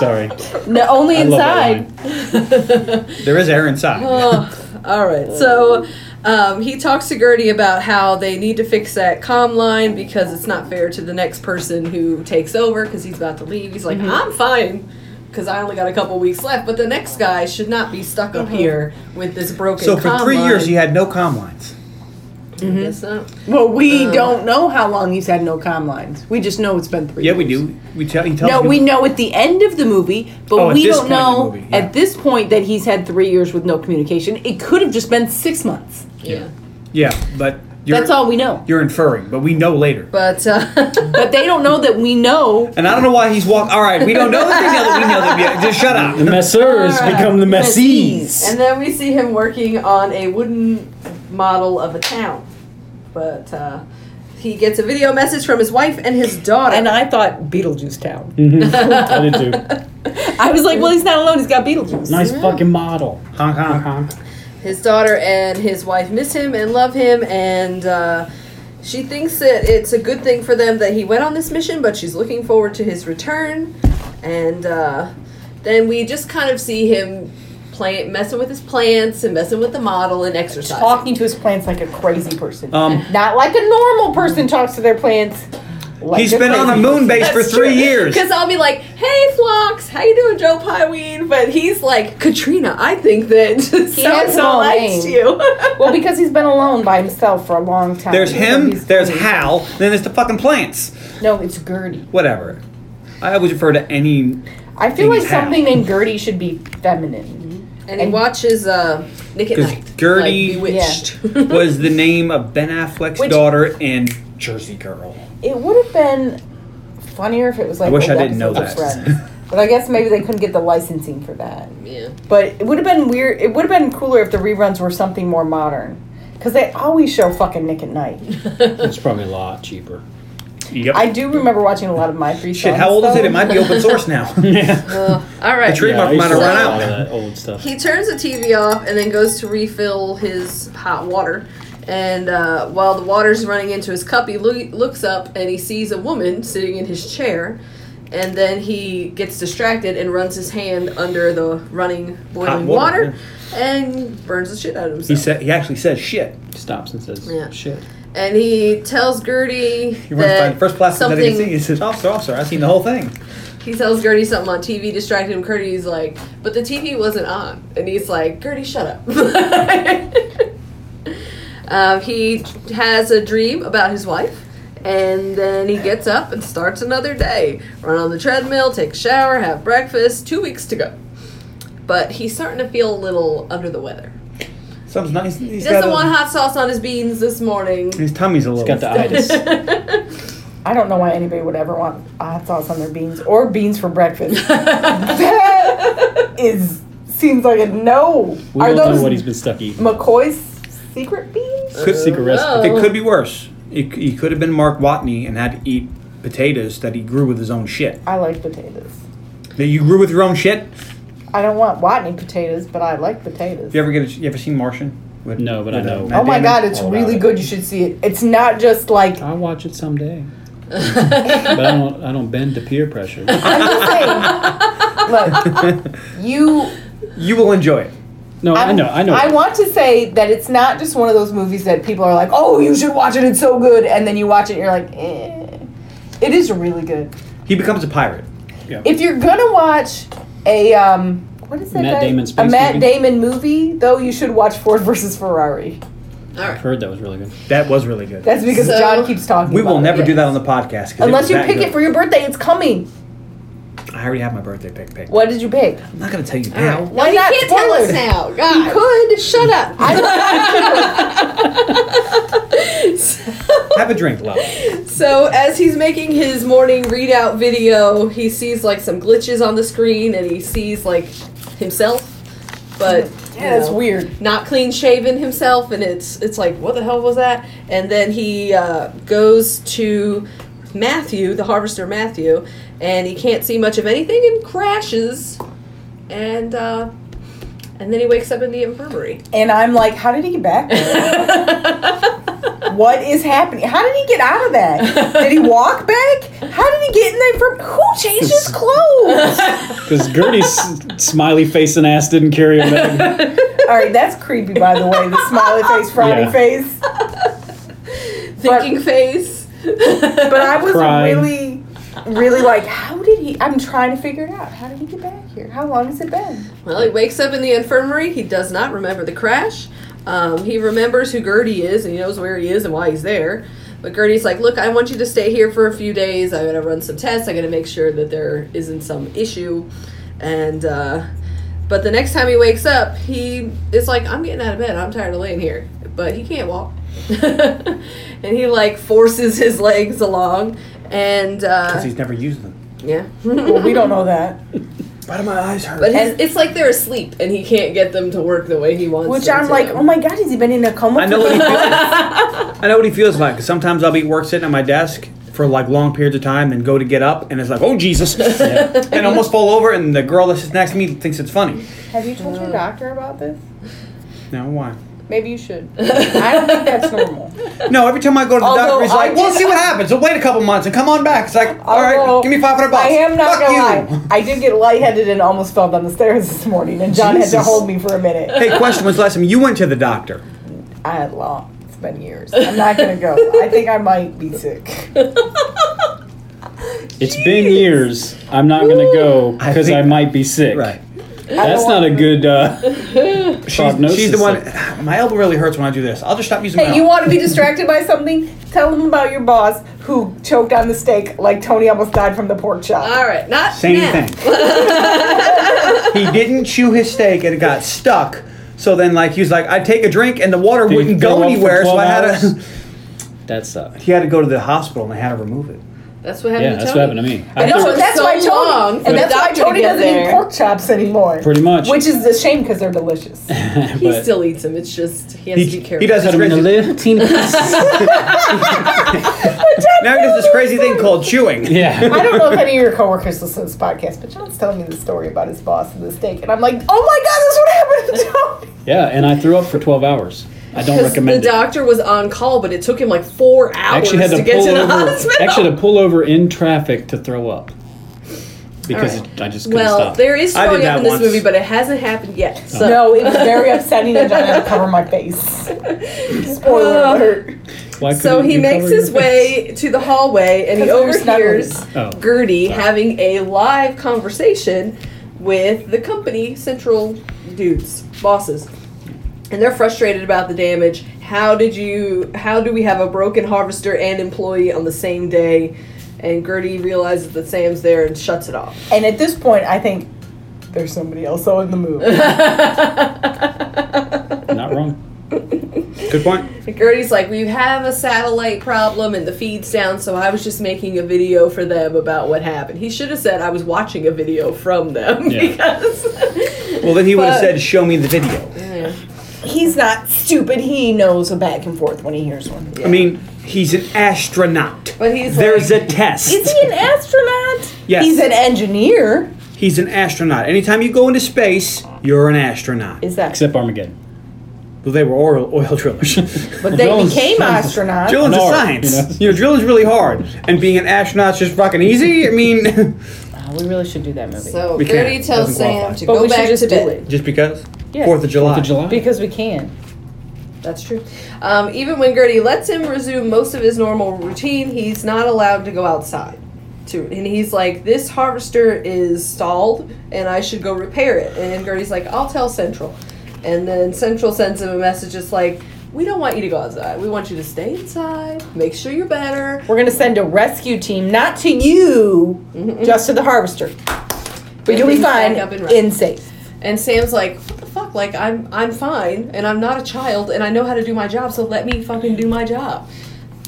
S6: Sorry.
S1: no, only
S6: I love that
S1: inside.
S6: line.
S3: There is air inside.
S1: Oh,
S5: All right. So um, he talks to Gertie about how they need to fix that comm line because it's not fair to the next person who takes over because he's about to leave. He's like, I'm fine because I only got a couple weeks left, but the next guy should not be stuck up here with this broken.
S3: so for
S5: comm
S3: three
S5: line.
S3: years, he had no comm lines.
S5: I guess not.
S1: Well, we don't know how long he's had no comm lines. We just know it's been three.
S3: Yeah, we
S1: years.
S3: do. We tell. He tells
S1: No,
S3: you-
S1: we know at the end of the movie, but
S3: Oh, at
S1: we
S3: this
S1: don't
S3: point in the
S1: know
S3: movie, yeah.
S1: at this point that he's had three years with no communication. It could have just been six months.
S5: Yeah.
S3: Yeah, but you're,
S1: That's all we know.
S3: You're inferring, but we know later.
S5: But uh,
S1: But they don't know that we know.
S3: And I don't know why he's walk. All right, we don't know that we know that we know that. We Just shut
S6: The
S3: up.
S6: messers
S5: Alright.
S6: become the messees.
S5: and then we see him working on a wooden model of a town, but. Uh, he gets a video message from his wife and his daughter.
S1: And I thought Beetlejuice Town.
S6: I did too.
S1: I was like, well, he's not alone. He's got Beetlejuice.
S6: Nice fucking model.
S3: Hong Kong.
S5: his daughter and his wife miss him and love him and uh, she thinks that it's a good thing for them that he went on this mission but she's looking forward to his return and uh, then we just kind of see him play, messing with his plants and messing with the model and exercising
S1: Talking to his plants like a crazy person.
S3: Um,
S1: not like a normal person talks to their plants. Like
S3: He's
S1: a
S3: been on a
S1: crazy
S3: moon base for
S5: That's
S3: three years.
S5: Because I'll be like, "Hey, Flox, how you doing, Joe Pyween?" But he's like, "Katrina, I think that so and
S1: has
S5: so
S1: no
S5: likes
S1: name.
S5: you."
S1: Well, because he's been alone by himself for a long time.
S3: There's
S1: So
S3: him,
S1: he's-
S3: there's Hal, and then there's the fucking plants.
S1: No, it's Gertie.
S3: Whatever. I always refer to any.
S1: I feel like
S3: He's Hal.
S1: something named Gertie should be feminine.
S5: and he watches uh, Nick at
S3: 'Cause
S5: Night.
S3: Gertie-
S5: like, bewitched.
S3: was the name of Ben Affleck's
S1: Which-
S3: daughter in Jersey Girl.
S1: It would have been funnier if it was like.
S3: I wish
S1: old
S3: I didn't know
S1: episodes of
S3: that.
S1: Friends. But I guess maybe they couldn't get the licensing for that.
S5: yeah.
S1: But it would have been weird. It would have been cooler if the reruns were something more modern, because they always show fucking Nick at Night.
S6: It's probably a lot cheaper.
S3: Yep.
S1: I do remember watching a lot of my free
S3: Shit, how old is it? It might be open source now.
S5: All right.
S3: Katrina- Trademark
S6: I used
S3: might
S6: to
S3: have
S6: watch
S3: run
S6: a lot
S3: out.
S6: of that old stuff.
S5: He turns the TV off and then goes to refill his hot water. And uh, while the water's running into his cup, he loo- looks up and he sees a woman sitting in his chair. And then he gets distracted and runs his hand under the running boiling
S3: water,
S5: water, and burns the shit out of himself.
S3: He said he actually says shit.
S6: Stops and says,
S5: Yeah.
S6: "Shit."
S5: and he tells Gertie
S3: He runs by
S5: that
S3: the first plastic that he
S5: something
S3: can see. He says, "Officer, officer, I've seen the whole thing."
S5: He tells Gertie something on TV, distracted him. Gertie's like, but the TV wasn't on. And he's like, Gertie, shut up. um, he has a dream about his wife. And then he gets up and starts another day. Run on the treadmill, take a shower, have breakfast. Two weeks to go. But he's starting to feel a little under the weather.
S3: Something's nice. He's
S5: He
S3: got
S5: doesn't
S3: a,
S5: want hot sauce on his beans this morning.
S3: His tummy's a little.
S6: Got the itis.
S1: I don't know why anybody would ever want hot sauce on their beans or beans for breakfast. that is seems like a no.
S6: We
S1: Are
S6: don't
S1: those
S6: know what he's been stuck eating.
S1: McCoy's secret beans?
S3: Could-
S6: Secret
S5: Oh.
S6: recipe.
S3: It could be worse. It, he could have been Mark Watney and had to eat potatoes that he grew with his own shit.
S1: I like potatoes.
S3: That you grew with your own shit.
S1: I don't want Watney potatoes, but I like potatoes.
S3: You ever get? A, you ever seen Martian? With,
S6: No, but I
S3: with, uh,
S6: know.
S3: Matt
S1: Oh my
S3: Damon?
S1: god, it's
S6: All about
S1: really
S6: it.
S1: good. You should see it. It's not just like
S6: I'll watch it someday. but I don't. I don't bend to peer pressure.
S1: I'm just saying. Look, you
S3: You will enjoy it.
S6: No, i know. I know.
S1: I want to say that it's not just one of those movies that people are like, "Oh, you should watch it. It's so good," and then you watch it, and you're like, eh. "It is really good."
S3: He becomes a pirate.
S1: If you're gonna watch a um, what is that?
S6: Matt
S1: guy-
S6: Damon
S1: a
S6: space
S1: Matt
S6: movie?
S1: Damon movie, though, you should watch Ford versus Ferrari.
S5: All
S6: I've
S5: right.
S6: heard that was really good.
S3: That was really good.
S1: That's because
S5: So-
S1: John keeps talking.
S3: we
S1: about
S3: will
S1: it.
S3: never do that on the podcast 'cause
S1: Unless
S3: it
S1: you
S3: was that
S1: pick it
S3: good.
S1: for your birthday, it's coming.
S3: I already have my birthday pick. Pick.
S1: What did you pick?
S3: I'm not gonna tell you now.
S1: Why
S5: You
S1: not
S5: can't tell us
S1: spoiler?
S5: now. God.
S1: Could
S5: Shut up.
S3: Have a drink, love.
S5: So as he's making his morning readout video, he sees like some glitches on the screen, and he sees like himself, but you
S1: yeah, that's
S5: know,
S1: weird.
S5: Not clean shaven himself, and it's it's like what the hell was that? And then he uh, goes to Matthew, the harvester Matthew, and he can't see much of anything and crashes, and uh, and then he wakes up in the infirmary.
S1: And I'm like, how did he get back? there? what is happening? How did he get out of that? Did he walk back? How did he get in there from who changed his clothes?
S6: Because Gertie's smiley face and ass didn't carry him. That.
S1: All right, that's creepy by the way, the smiley face, frowny
S6: Yeah.
S1: face.
S5: Thinking face.
S1: But I was
S6: Crying.
S1: really really like, how did he I'm trying to figure it out. How did he get back here? How long has it been?
S5: Well, he wakes up in the infirmary. He does not remember the crash. Um, he remembers who Gertie is and he knows where he is and why he's there. But Gertie's like, Look, I want you to stay here for a few days. I'm going to run some tests. I'm going to make sure that there isn't some issue. And, uh, but the next time he wakes up, he is like, I'm getting out of bed. I'm tired of laying here. But he can't walk. and he, like, forces his legs along. And,
S3: Because
S5: uh,
S3: he's never used them.
S5: yeah.
S1: Well, we don't know that.
S3: Why do my eyes hurt?
S5: But his, it's like they're asleep and he can't get them to work the way he wants
S1: Which
S5: them
S1: I'm
S5: to.
S1: like, oh my god, has he been in a coma?
S3: I know what he feels. I know what he feels like. 'cause sometimes I'll be at work sitting at my desk for like long periods of time, and go to get up, and it's like, oh Jesus, and almost fall over, and the girl that's sits next to me thinks it's funny.
S1: Have you told your doctor about this?
S3: Now why?
S1: Maybe you should. I don't think that's normal.
S3: No, every time I go to the doctor,
S1: Although
S3: he's
S1: I
S3: like, we'll
S1: did-
S3: see what happens. We'll wait a couple months and come on back. It's like, all right,
S1: Although,
S3: give me five hundred bucks.
S1: I am not
S3: Fuck
S1: gonna
S3: you.
S1: lie. I did get lightheaded and almost fell down the stairs this morning, and John had to
S3: Jesus.
S1: hold me for a minute.
S3: Hey, question was last time you went to the doctor.
S1: I had long. It's
S7: been years. I'm not gonna go. I think I might be sick.
S6: It's been years. I'm not gonna go
S3: I
S6: because
S3: think-
S6: I, might be sick.
S3: Right.
S6: That's not a good uh,
S3: She's,
S6: prognosis.
S3: she's the one. My elbow really hurts when I do this. I'll just stop using my
S7: Hey, you
S3: elbow.
S7: want to be distracted by something? Tell them about your boss who choked on the steak like Tony almost died from the pork chop.
S5: All right, not
S3: Same
S5: now.
S3: thing. he didn't chew his steak and it got stuck. So then, like, he was like, I'd take a drink and the water
S6: Did you
S3: wouldn't
S6: throw
S3: go
S6: up for
S3: anywhere. So
S6: 12
S3: I had
S6: hours?
S3: to.
S6: That sucked.
S3: He had to go to the hospital and they had to remove it.
S5: That's what happened.
S6: Yeah,
S5: to
S6: that's what
S5: Tony.
S6: happened to me. I
S7: And that's,
S6: threw-
S7: why- that's
S5: so
S7: why
S5: long
S7: Tony,
S5: for
S7: and
S5: the
S7: that's why
S5: doctor to
S7: Tony
S5: get
S7: doesn't
S5: there.
S7: eat pork chops anymore.
S6: Pretty much.
S7: Which is a shame because they're delicious.
S5: He
S6: but-
S5: still eats them. It's just he has
S3: He,
S5: to be
S3: he
S5: careful.
S3: does
S6: Cut
S3: this
S6: 'em into
S3: crazy,
S6: little teeny pieces.
S3: now he does this crazy thing called chewing.
S7: I
S6: Yeah.
S7: don't know if any of your coworkers listen to this podcast, but John's telling me the story about his boss and the steak, and I'm like, oh my god, that's what happened to Tony.
S6: Yeah, and I threw up for 12 hours. I don't
S5: Because the
S6: recommend it.
S5: doctor was on call, but it took him like four
S6: I
S5: hours
S6: actually had to,
S5: to get
S6: pull
S5: to the
S6: over.
S5: hospital.
S6: Actually, had to pull over in traffic to throw up because
S5: All right.
S6: I just couldn't
S5: well,
S6: stop.
S5: there is
S3: I did
S5: throwing
S3: that
S5: up in this
S3: once.
S5: movie, but it hasn't happened yet.
S6: Oh.
S5: So
S7: No, it was very upsetting, and John had to cover my face. Spoiler
S5: Uh,
S7: alert.
S6: Why
S5: So
S6: couldn't
S5: he
S6: you
S5: makes
S6: cover your
S5: his
S6: face?
S5: way to the hallway and he
S7: 'Cause we were snuggling.
S5: overhears
S6: Oh.
S5: Gertie having a live conversation with the company central dudes, bosses. And they're frustrated about the damage. How did you how do we have a broken harvester and employee on the same day? And Gertie realizes that Sam's there and shuts it off.
S7: And at this point, I think there's somebody else on the move.
S6: Not wrong.
S3: Good point.
S5: And Gertie's like, we have a satellite problem and the feed's down, so I was just making a video for them about what happened. He should have said I was watching a video from them
S6: Yeah.
S5: because
S3: Well, then he would have
S5: But-
S3: said, Show me the video.
S7: He's not stupid. He knows a back and forth when he hears one.
S3: I mean, he's an astronaut.
S5: But he's
S3: There's a test.
S7: Is he an astronaut?
S3: Yes.
S7: He's an engineer.
S3: He's an astronaut. Anytime you go into space, you're an astronaut.
S7: Is that?
S6: Except Armageddon.
S3: Well, they were oil, oil drillers.
S7: But they
S6: Jones-
S7: became astronauts.
S3: Drilling's a
S6: Hard,
S3: science. You
S6: you know?
S3: know? drilling's really hard. And being an astronaut's just fucking easy. I mean,
S1: we really should do that movie.
S5: so
S3: We can't.
S5: Gertie tells
S3: Doesn't
S5: Sam
S3: qualify.
S5: to
S1: But
S5: go
S1: we should
S5: back
S1: just
S5: to
S1: do
S5: bed.
S1: it.
S3: just because?
S1: Yes.
S3: Fourth of
S5: Uh,
S3: July.
S6: Fourth of July.
S1: Because we can.
S5: That's true. Um, even when Gertie lets him resume most of his normal routine, he's not allowed to go outside. To and he's like, "This harvester is stalled, and I should go repair it." And Gertie's like, "I'll tell Central," and then Central sends him a message just like. We don't want you to go outside. We want you to stay inside. Make sure you're better.
S1: We're gonna send a rescue team, not to you,
S7: Mm-hmm.
S1: just to the harvester. But you'll be
S5: things back
S1: fine
S5: up and
S1: and,
S5: running.
S1: safe.
S5: And Sam's like, "What the fuck? Like, I'm I'm fine, and I'm not a child, and I know how to do my job. So let me fucking do my job."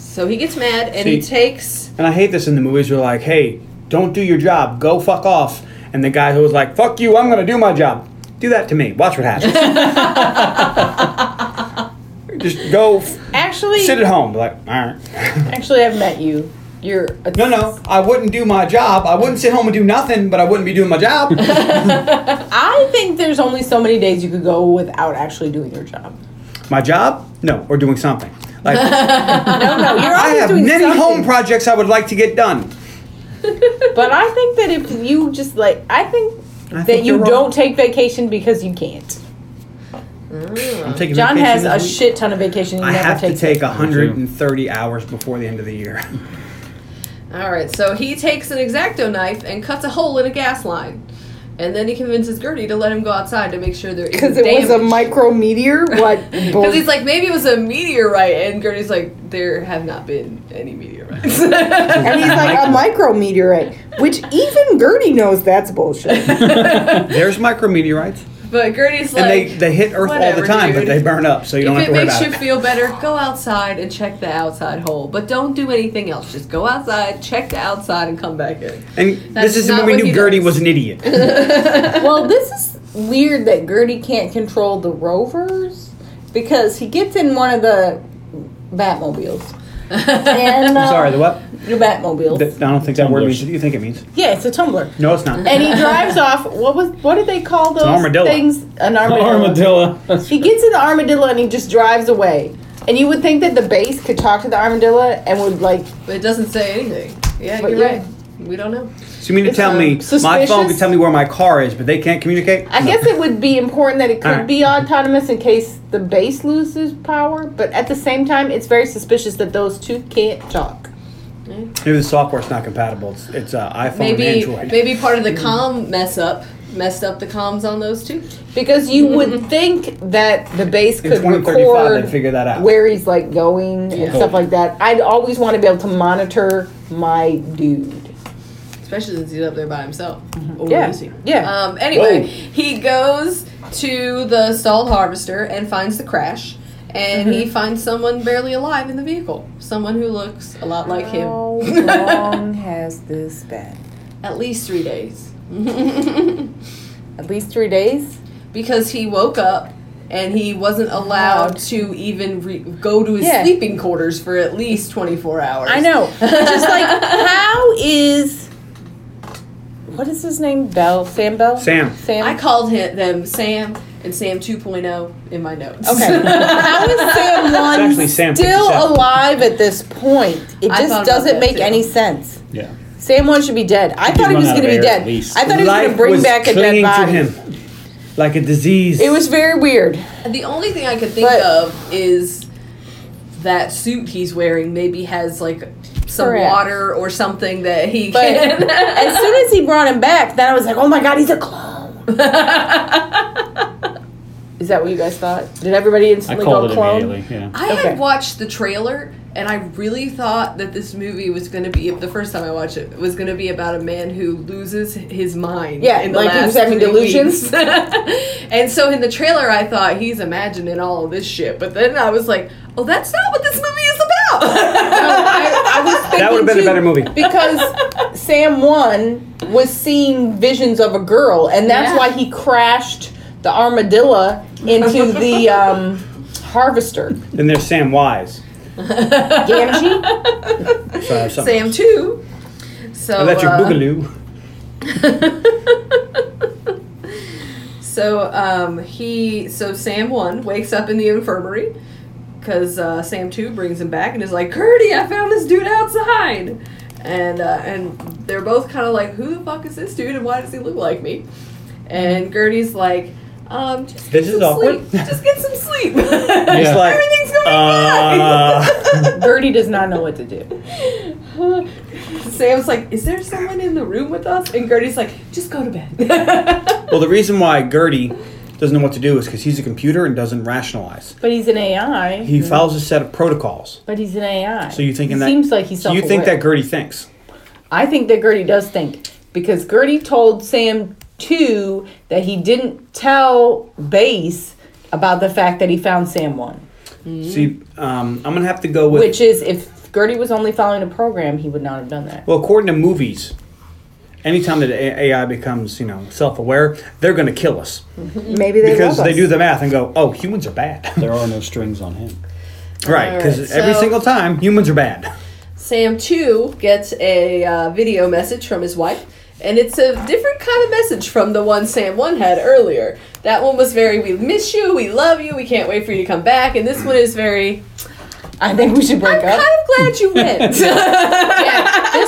S5: So he gets mad and he
S3: See-
S5: takes
S3: And I hate this in the movies. They're like, hey, don't do your job. Go fuck off. And the guy who was like, fuck you, I'm going to do my job. Do that to me. Watch what happens. just go f-
S1: Actually,
S3: sit at home. Like, all right.
S1: actually, I've met you. You're a
S3: No, no, I wouldn't do my job. I wouldn't sit home and do nothing, but I wouldn't be doing my job.
S1: I think there's only so many days you could go without actually doing your job.
S3: my job? No, or doing something. Like,
S1: No, no, you're
S3: I
S1: always
S3: have
S1: doing
S3: many
S1: something.
S3: home projects I would like to get done.
S1: But I think that if you just like, I think that
S3: think
S1: you
S3: you're wrong.
S1: don't take vacation because you can't.
S3: I'm taking
S1: John has
S3: vacation
S1: a
S3: this week.
S1: shit ton of vacation. He
S3: I
S1: never
S3: have to
S1: takes
S3: take
S1: it.
S3: 130 hours before the end of the year.
S5: All right, so he takes an exacto knife and cuts a hole in a gas line, and then he convinces Gertie to let him go outside to make sure there isn't
S7: Because it
S5: damage.
S7: was a micrometeor. What?
S5: Because he's like, maybe it was a meteorite, and Gertie's like, there have not been any meteorites.
S7: and he's like a micrometeorite, which even Gertie knows that's bullshit.
S3: There's micrometeorites,
S5: but Gertie's like,
S3: and they, they hit Earth all
S5: whatever,
S3: the time,
S5: dude.
S3: but they burn up, so you don't
S5: if
S3: have
S5: it
S3: to worry
S5: makes
S3: about
S5: you
S3: it.
S5: feel better, go outside and check the outside hole. But don't do anything else. Just go outside, check the outside, and come back in.
S3: and
S5: That's
S3: this is when
S5: not
S3: we
S5: what
S3: knew
S5: he
S3: Gertie
S5: does.
S3: was an idiot.
S1: Well, this is weird that Gertie can't control the rovers because he gets in one of the Batmobiles. and, uh,
S3: I'm sorry, the what?
S1: Your Batmobiles.
S3: Th- I don't think that word
S6: Tumblers.
S3: means what you think it means.
S1: yeah, it's a tumbler.
S3: No, it's not.
S1: And he drives off. What was? What did they call those
S3: armadillo.
S1: things? An armadillo.
S6: Armadillo.
S1: He gets in the armadillo and he just drives away. And you would think that the base could talk to the armadillo and would like.
S5: But it doesn't say anything. Yeah,
S1: But
S5: you're
S1: yeah.
S5: right. We don't know.
S3: So you mean to
S1: It's,
S3: tell
S1: um,
S3: me my phone can
S1: suspicious?
S3: tell me where my car is, but they can't communicate?
S1: I guess it would be important that it could
S3: Alright.
S1: be autonomous in case the base loses power, but at the same time, it's very suspicious that those two can't talk.
S3: Maybe the software's not compatible. It's, it's uh, iPhone and
S5: Maybe
S3: Android.
S5: maybe part of the com mess up messed up the comms on those two.
S1: Because you would think that the base
S3: In
S1: could
S3: 2035, they'd
S1: record
S3: figure that out.
S1: where he's like going and stuff like that. I'd always want to be able to monitor my dude.
S5: especially since he's up there by himself. Oh,
S1: Mm-hmm. Yeah,
S5: is he?
S1: yeah.
S5: Um, anyway,
S3: Whoa.
S5: he goes to the stalled harvester and finds the crash, and
S1: Mm-hmm.
S5: he finds someone barely alive in the vehicle. Someone who looks a lot like him.
S1: long has this been?
S5: At least three days,
S1: At least three days.
S5: because he woke up. And he wasn't allowed to even re- go to his
S1: Yeah.
S5: sleeping quarters for at least 24 hours.
S1: I know. Which is like, how is what is his name? Bell? Sam Bell?
S3: Sam.
S1: Sam.
S5: I called him, them Sam and Sam 2.0 in my notes.
S1: Okay. How is Sam
S3: It's actually
S1: One
S3: Sam
S1: still
S3: 57.
S1: alive at this point? It
S5: I thought
S1: just
S5: about
S1: doesn't
S5: that
S1: make
S5: too.
S1: any sense.
S6: Yeah.
S1: Sam One should be dead. I thought he
S6: run
S1: was
S6: out of
S1: going to be
S6: air, at
S1: dead.
S6: least.
S1: I thought he was going to
S3: Life
S1: bring
S3: was
S1: back a dead
S3: clinging
S1: body.
S3: to him like a disease.
S1: It was very weird.
S5: The only thing I could think
S1: But-
S5: of is that suit he's wearing maybe has like some
S1: Correct.
S5: water or something that he
S1: But
S5: can.
S1: as soon as he brought him back, then I was like, oh my god, he's a clone. Is that what you guys thought? Did everybody
S6: I
S1: instantly
S6: called
S1: go
S6: it
S1: clone?
S6: immediately. Yeah.
S5: I
S1: Okay.
S5: had watched the trailer and I really thought that this movie was going to be the first time I watched it was going to be about a man who loses his mind.
S1: Yeah,
S5: in the
S1: like he
S5: last
S1: was having
S5: three
S1: delusions.
S5: weeks. and so in the trailer, I thought he's imagining all of this shit, but then I was like, oh, that's not what this movie is about.
S1: I was thinking
S3: that would have been a
S1: too,
S3: better movie.
S1: because Sam One was seeing visions of a girl, and that's
S5: Yeah.
S1: why he crashed the armadillo into the um, harvester.
S3: Then there's Sam Wise.
S1: Gamgee?
S3: So, so,
S5: Sam too. So
S3: Oh, that's your
S5: uh,
S3: boogaloo.
S5: So um, he, so Sam one wakes up in the infirmary because uh, Sam two brings him back and is like, "Curdy, I found this dude outside," and uh, and they're both kind of like, "Who the fuck is this dude and why does he look like me?" And Gertie's like, um, "Just get
S3: This is
S5: some
S3: awkward.
S5: sleep. Just get some sleep.
S3: It's like,
S5: Everything's gonna be
S3: uh,
S1: Gertie does not know what to do.
S5: fine." Sam's like, "Is there someone in the room with us?" And Gertie's like, "Just go to bed."
S3: Well, the reason why Gertie doesn't know what to do is because he's a computer and doesn't rationalize.
S1: But he's an AI.
S3: He follows a set of protocols.
S1: but he's an AI.
S3: So you thinking
S1: It
S3: that
S1: seems like he's
S3: so you think
S1: self-aware.
S3: that Gertie thinks?
S1: I think that Gertie does think because Gertie told Sam two that he didn't tell Base about the fact that he found Sam one,
S3: See, um, I'm gonna have to go with.
S1: Mm-hmm. which is if Gertie was only following a program, he would not have done that.
S3: well, according to movies, anytime that A- AI becomes you know self-aware, they're gonna kill us
S1: Maybe they
S3: because
S1: love
S3: they
S1: us.
S3: do the math and go, oh, humans are bad,
S6: There are no strings on him.
S3: right? Because
S5: Alright,
S3: every
S5: so-
S3: single time humans are bad.
S5: Sam too gets a uh, video message from his wife, and it's a different kind of message from the one Sam one had earlier. That one was very "We miss you, we love you, we can't wait for you to come back," and this one is very
S1: I think we should break
S5: "I'm
S1: up.
S5: kind of glad you went."
S1: this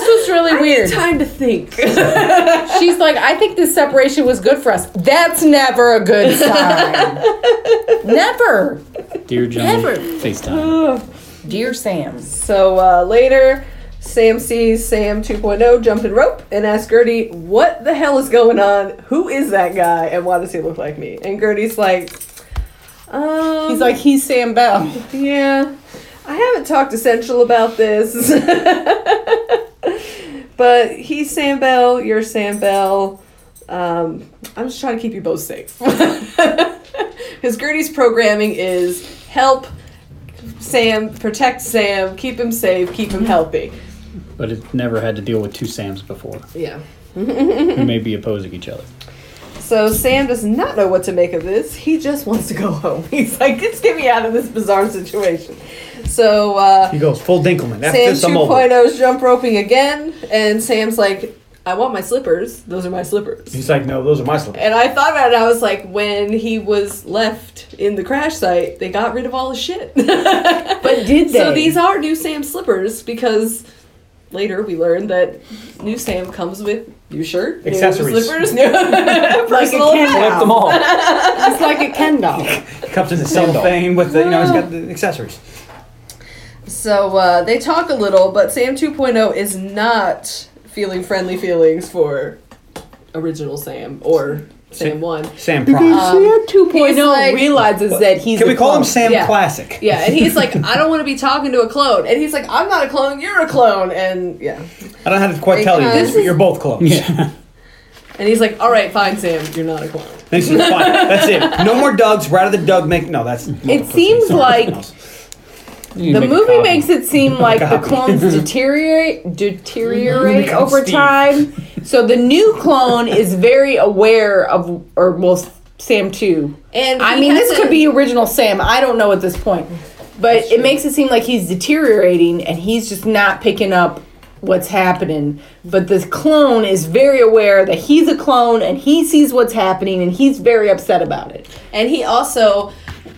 S1: was really weird.
S5: Time to think.
S1: She's like, I think this separation was good for us. That's never a good sign. never,
S6: Dear Johnny, FaceTime.
S1: dear Sam.
S5: so uh, later, Sam sees Sam 2.0 jumping rope and asks Gertie, "What the hell is going on? Who is that guy? And why does he look like me?" And Gertie's like, "Um."
S1: He's like, he's Sam Bell.
S5: Yeah, I haven't talked to Central about this. but he's Sam Bell, you're Sam Bell. Um, I'm just trying to keep you both safe. Because Gertie's programming is help Sam, protect Sam, keep him safe, keep him healthy.
S6: But it never had to deal with two Sams before,
S5: Yeah.
S6: who may be opposing each other.
S5: So Sam does not know what to make of this. He just wants to go home. He's like, just get me out of this bizarre situation. So, uh,
S3: He goes full Dinkelman. After
S5: Sam
S3: this, I'm over.
S5: 2.0 is jump roping again, and Sam's like, I want my slippers. Those are my slippers.
S3: He's like, no, those are my slippers.
S5: And I thought about it, I was like, when he was left in the crash site, they got rid of all the shit.
S1: But did they?
S5: so these are new Sam slippers because later we learned that new Sam comes with new shirt, new
S3: Accessories.
S5: slippers, new personal
S6: Collect them all.
S1: It's like a Ken doll.
S3: Comes in the cellophane with the, you know, he's got the accessories.
S5: So uh, they talk a little, but Sam 2.0 is not feeling friendly feelings for original Sam or Sam 1.
S3: Sam Props.
S1: 2.0
S5: like-
S1: realizes that he's.
S3: Can
S1: a
S3: we call him
S1: clone.
S3: Sam
S5: Yeah.
S3: Classic?
S5: Yeah, and he's like, I don't want to be talking to a clone. And he's like, I'm not a clone, you're a clone. And yeah.
S3: I don't know how to quite tell you
S5: Because-
S3: this, but you're both clones.
S6: Yeah.
S5: And he's like, all right, fine, Sam, you're not a clone.
S3: They said, "Fine, That's it. No more Dougs. We're out of the Doug make. No, that's.
S1: It seems like the movie makes it seem like the
S3: Copy.
S1: clones deteriorate deteriorate
S3: Become
S1: over
S3: Steve.
S1: time. So the new clone is very aware of, or well, Sam too.
S5: And
S1: I
S5: he
S1: mean, this
S5: hasn't-
S1: could be original Sam. I don't know at this point, but it makes it seem like he's deteriorating and he's just not picking up what's happening. But this clone is very aware that he's a clone and he sees what's happening and he's very upset about it.
S5: And he also,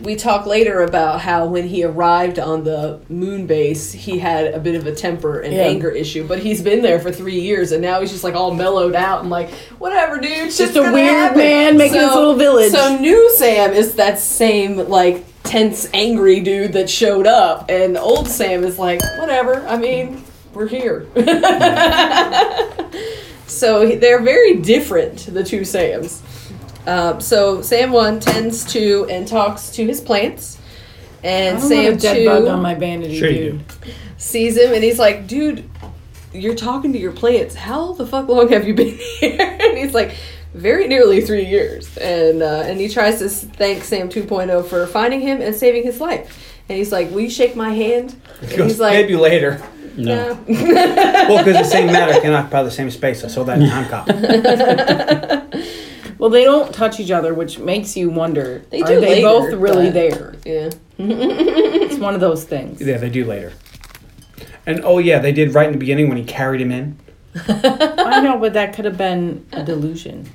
S5: we talk later about how when he arrived on the moon base, he had a bit of a temper and
S1: Yeah.
S5: anger issue. But he's been there for three years, and now he's just like all mellowed out and like, whatever, dude. Just,
S1: a weird man making his little village.
S5: So new Sam is that same like tense, angry dude that showed up, and old Sam is like, whatever. I mean, we're here. so he- they're very different, the two Sams. Uh, so Sam one tends to and talks to his plants, and Sam
S1: dead bug on
S5: two
S1: my vanity,
S6: Sure you
S1: dude.
S6: do.
S5: sees him and he's like, "Dude, you're talking to your plants. How the fuck long have you been here?" and he's like, "Very nearly three years." And uh, and he tries to s- thank Sam 2.0 for finding him and saving his life. And he's like, "Will you shake my hand?" And he's like,
S3: maybe later.
S6: No.
S5: "Nah."
S3: Well, because the same matter can occupy the same space. I saw that in time cop.
S1: Well, they don't touch each other, which makes you wonder.
S5: They
S1: are
S5: do
S1: they
S5: later,
S1: both really
S5: but-
S1: there?
S5: Yeah.
S1: It's one of those things.
S3: Yeah, they do later. And oh yeah, they did right in the beginning when he carried him in.
S1: I know, but that could have been a delusion.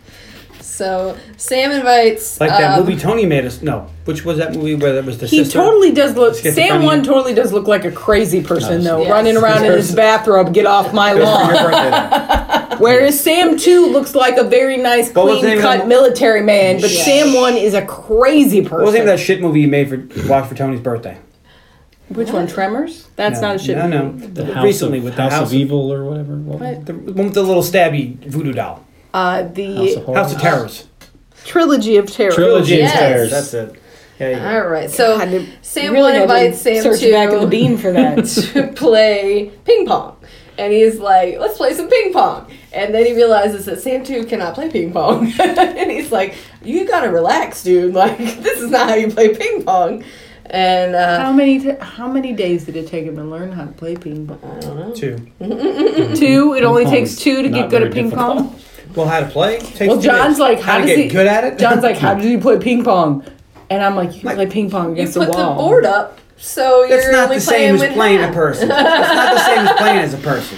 S5: So Sam invites
S3: Like that
S5: um,
S3: movie Tony made us. No, which was that movie where that was the
S1: He
S3: sister?
S1: totally does look. Sam
S3: schizophrenia.
S1: one totally does look like a crazy person though,
S5: Yes.
S1: running around in his bathrobe. Get off my
S3: It was for
S1: lawn.
S3: your birthday then.
S1: Whereas Sam two looks like a very nice,
S3: What was the name
S1: clean
S3: of
S1: cut
S3: that-
S1: military man, but
S5: Yeah.
S1: Sam one is a crazy person.
S3: What was the name of that shit movie you made for watch for Tony's birthday?
S1: Which one? Tremors? That's
S3: no,
S1: not a shit.
S3: No, no.
S1: movie.
S6: The
S3: The-
S6: house
S3: recently
S6: of,
S3: with the
S6: House,
S3: House
S6: of
S3: of-
S6: Evil or whatever. What was it?
S3: The one with the little stabby voodoo doll.
S1: Uh,
S6: House of
S1: the
S6: Horrors.
S3: House of Terrors.
S1: trilogy of terror.
S6: Trilogy
S5: Yes.
S6: of Terrors.
S3: That's it. Yeah, yeah.
S5: All right. So
S1: God, they
S5: Sam
S1: really
S5: one
S1: had to
S5: invites Sam
S1: search
S5: two
S1: back of the bean for that.
S5: to play ping pong. And he's like, let's play some ping pong. And then he realizes that Sam 2 cannot play ping pong. and he's like, you gotta relax, dude. Like, this is not how you play ping pong. And, uh,
S1: how many? T- how many days did it take him to learn how to play ping pong?
S5: I don't know.
S3: Two.
S1: Two. It only
S6: pong
S1: takes
S6: is
S1: two to
S6: not
S1: get good at
S6: very
S1: ping pong.
S3: Well, how to play? Takes
S1: Well,
S3: two
S1: John's
S3: days.
S1: like,
S3: how,
S1: how
S3: to
S1: does
S3: get
S1: he-
S3: good at it?
S1: John's like, how do you play ping pong? And I'm like, you can play ping pong
S5: You
S1: against
S5: put
S1: the
S5: the
S1: wall.
S5: board up, so you're
S3: That's not
S5: only
S3: the same
S5: playing
S3: as
S5: with
S3: playing
S5: half.
S3: a person. That's not the same as playing as a person.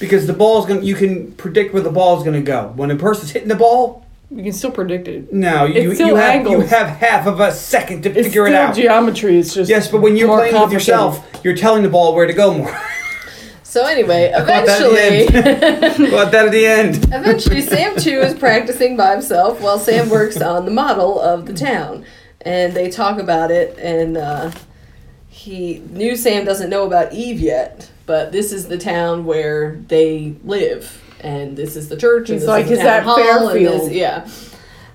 S3: Because the ball's gonna, you can predict where the ball's gonna go. When a person's hitting the ball,
S1: You can still predict it.
S3: no, you,
S1: It's still
S3: you have you
S1: angles.
S3: have half of a second to
S1: It's
S3: figure
S1: still
S3: it out.
S1: geometry. It's just
S3: yes, but when you're
S1: more
S3: playing with
S1: complicated.
S3: yourself, you're telling the ball where to go more.
S5: So anyway,
S3: Got that at
S5: eventually,
S3: the end. Got that at the end.
S5: Eventually, Sam 2 is practicing by himself while Sam works on the model of the town. And they talk about it, and uh, he new Sam doesn't know about Eve yet, but this is the town where they live, and this is the church. And
S1: He's
S5: this
S1: like,
S5: is, the
S1: "Is
S5: town
S1: that
S5: hall, and this-
S1: Fairfield?"
S5: yeah.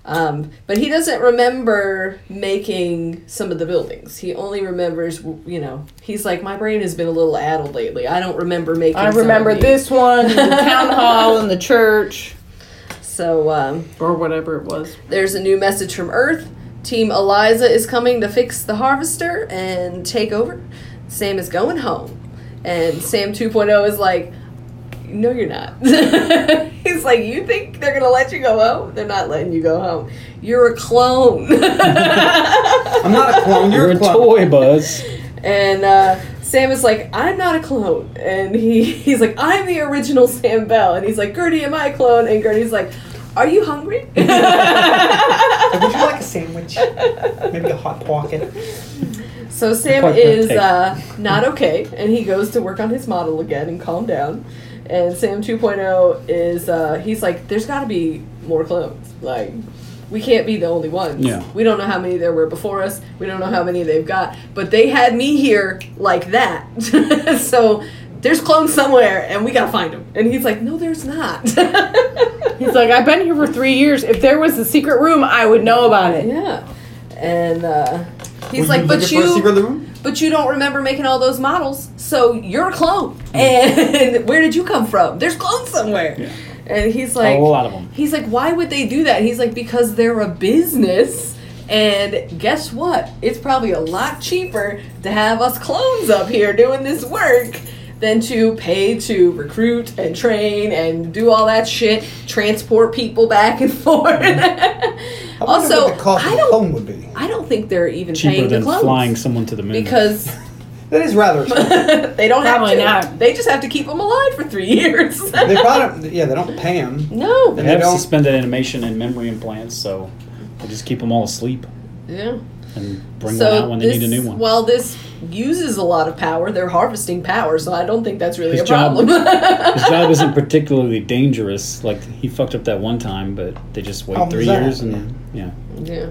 S5: Um, but he doesn't remember making some of the buildings. He only remembers, you know, he's like, my brain has been a little addled lately. I don't remember making.
S1: I
S5: some of
S1: remember
S5: these."
S1: this one, the town hall, and the church,
S5: So. Um,
S1: or whatever it was.
S5: There's a new message from Earth. Team Eliza is coming to fix the harvester and take over. Sam is going home. And Sam 2.0 is like, No, you're not. He's like, You think they're going to let you go home? They're not letting you go home. You're a clone.
S3: I'm not a clone. You're,
S6: You're a
S3: clone.
S6: toy, Buzz.
S5: and uh, Sam is like, I'm not a clone. And he, he's like, I'm the original Sam Bell. And he's like, Gertie, am I a clone? And Gertie's like, Are you hungry?
S3: Would you like a sandwich? Maybe a hot pocket.
S5: So Sam
S6: Quite
S5: is
S6: bad
S5: uh, not okay, and he goes to work on his model again and calm down. And Sam 2.0 is uh, he's like, there's got to be more clones. Like, we can't be the only ones.
S6: Yeah.
S5: We don't know how many there were before us. We don't know how many they've got. But they had me here like that. so there's clones somewhere, and we gotta find them. And he's like, no, there's not.
S1: He's like, I've been here for three years. If there was a secret room, I would know about it.
S5: yeah. And uh, he's
S8: Were
S5: like, but
S8: looking for a
S5: you.
S8: secret in the room?
S5: but you don't remember making all those models, so you're a clone. And where did you come from? There's clones somewhere. And he's like,
S6: a lot of them.
S5: He's like, why would they do that? He's like, because they're a business. And guess what? It's probably a lot cheaper to have us clones up here doing this work than to pay to recruit and train and do all that shit, transport people back and forth.
S8: Mm-hmm. I wonder
S5: also,
S8: what the cost
S5: I
S8: of a
S5: don't,
S8: clone would be.
S5: I don't think they're even
S6: Cheaper
S5: paying
S6: than
S5: the clones
S6: flying someone to the moon.
S5: because
S8: That is rather. expensive.
S5: they don't
S1: Probably
S5: have to.
S1: not.
S5: They just have to keep them alive for three years.
S8: they probably yeah they don't pay him.
S5: no.
S6: they have
S8: they don't-
S6: suspended animation and memory implants, so they just keep them all asleep
S5: Yeah.
S6: and bring
S5: So
S6: one out when they
S5: this,
S6: need a new one.
S5: while this uses a lot of power, they're harvesting power, so I don't think that's really
S6: His
S5: a
S6: job-
S5: problem.
S6: His job isn't particularly dangerous. Like he fucked up that one time, but they just wait
S8: Problem
S6: three
S8: solved,
S6: years and yeah.
S5: yeah.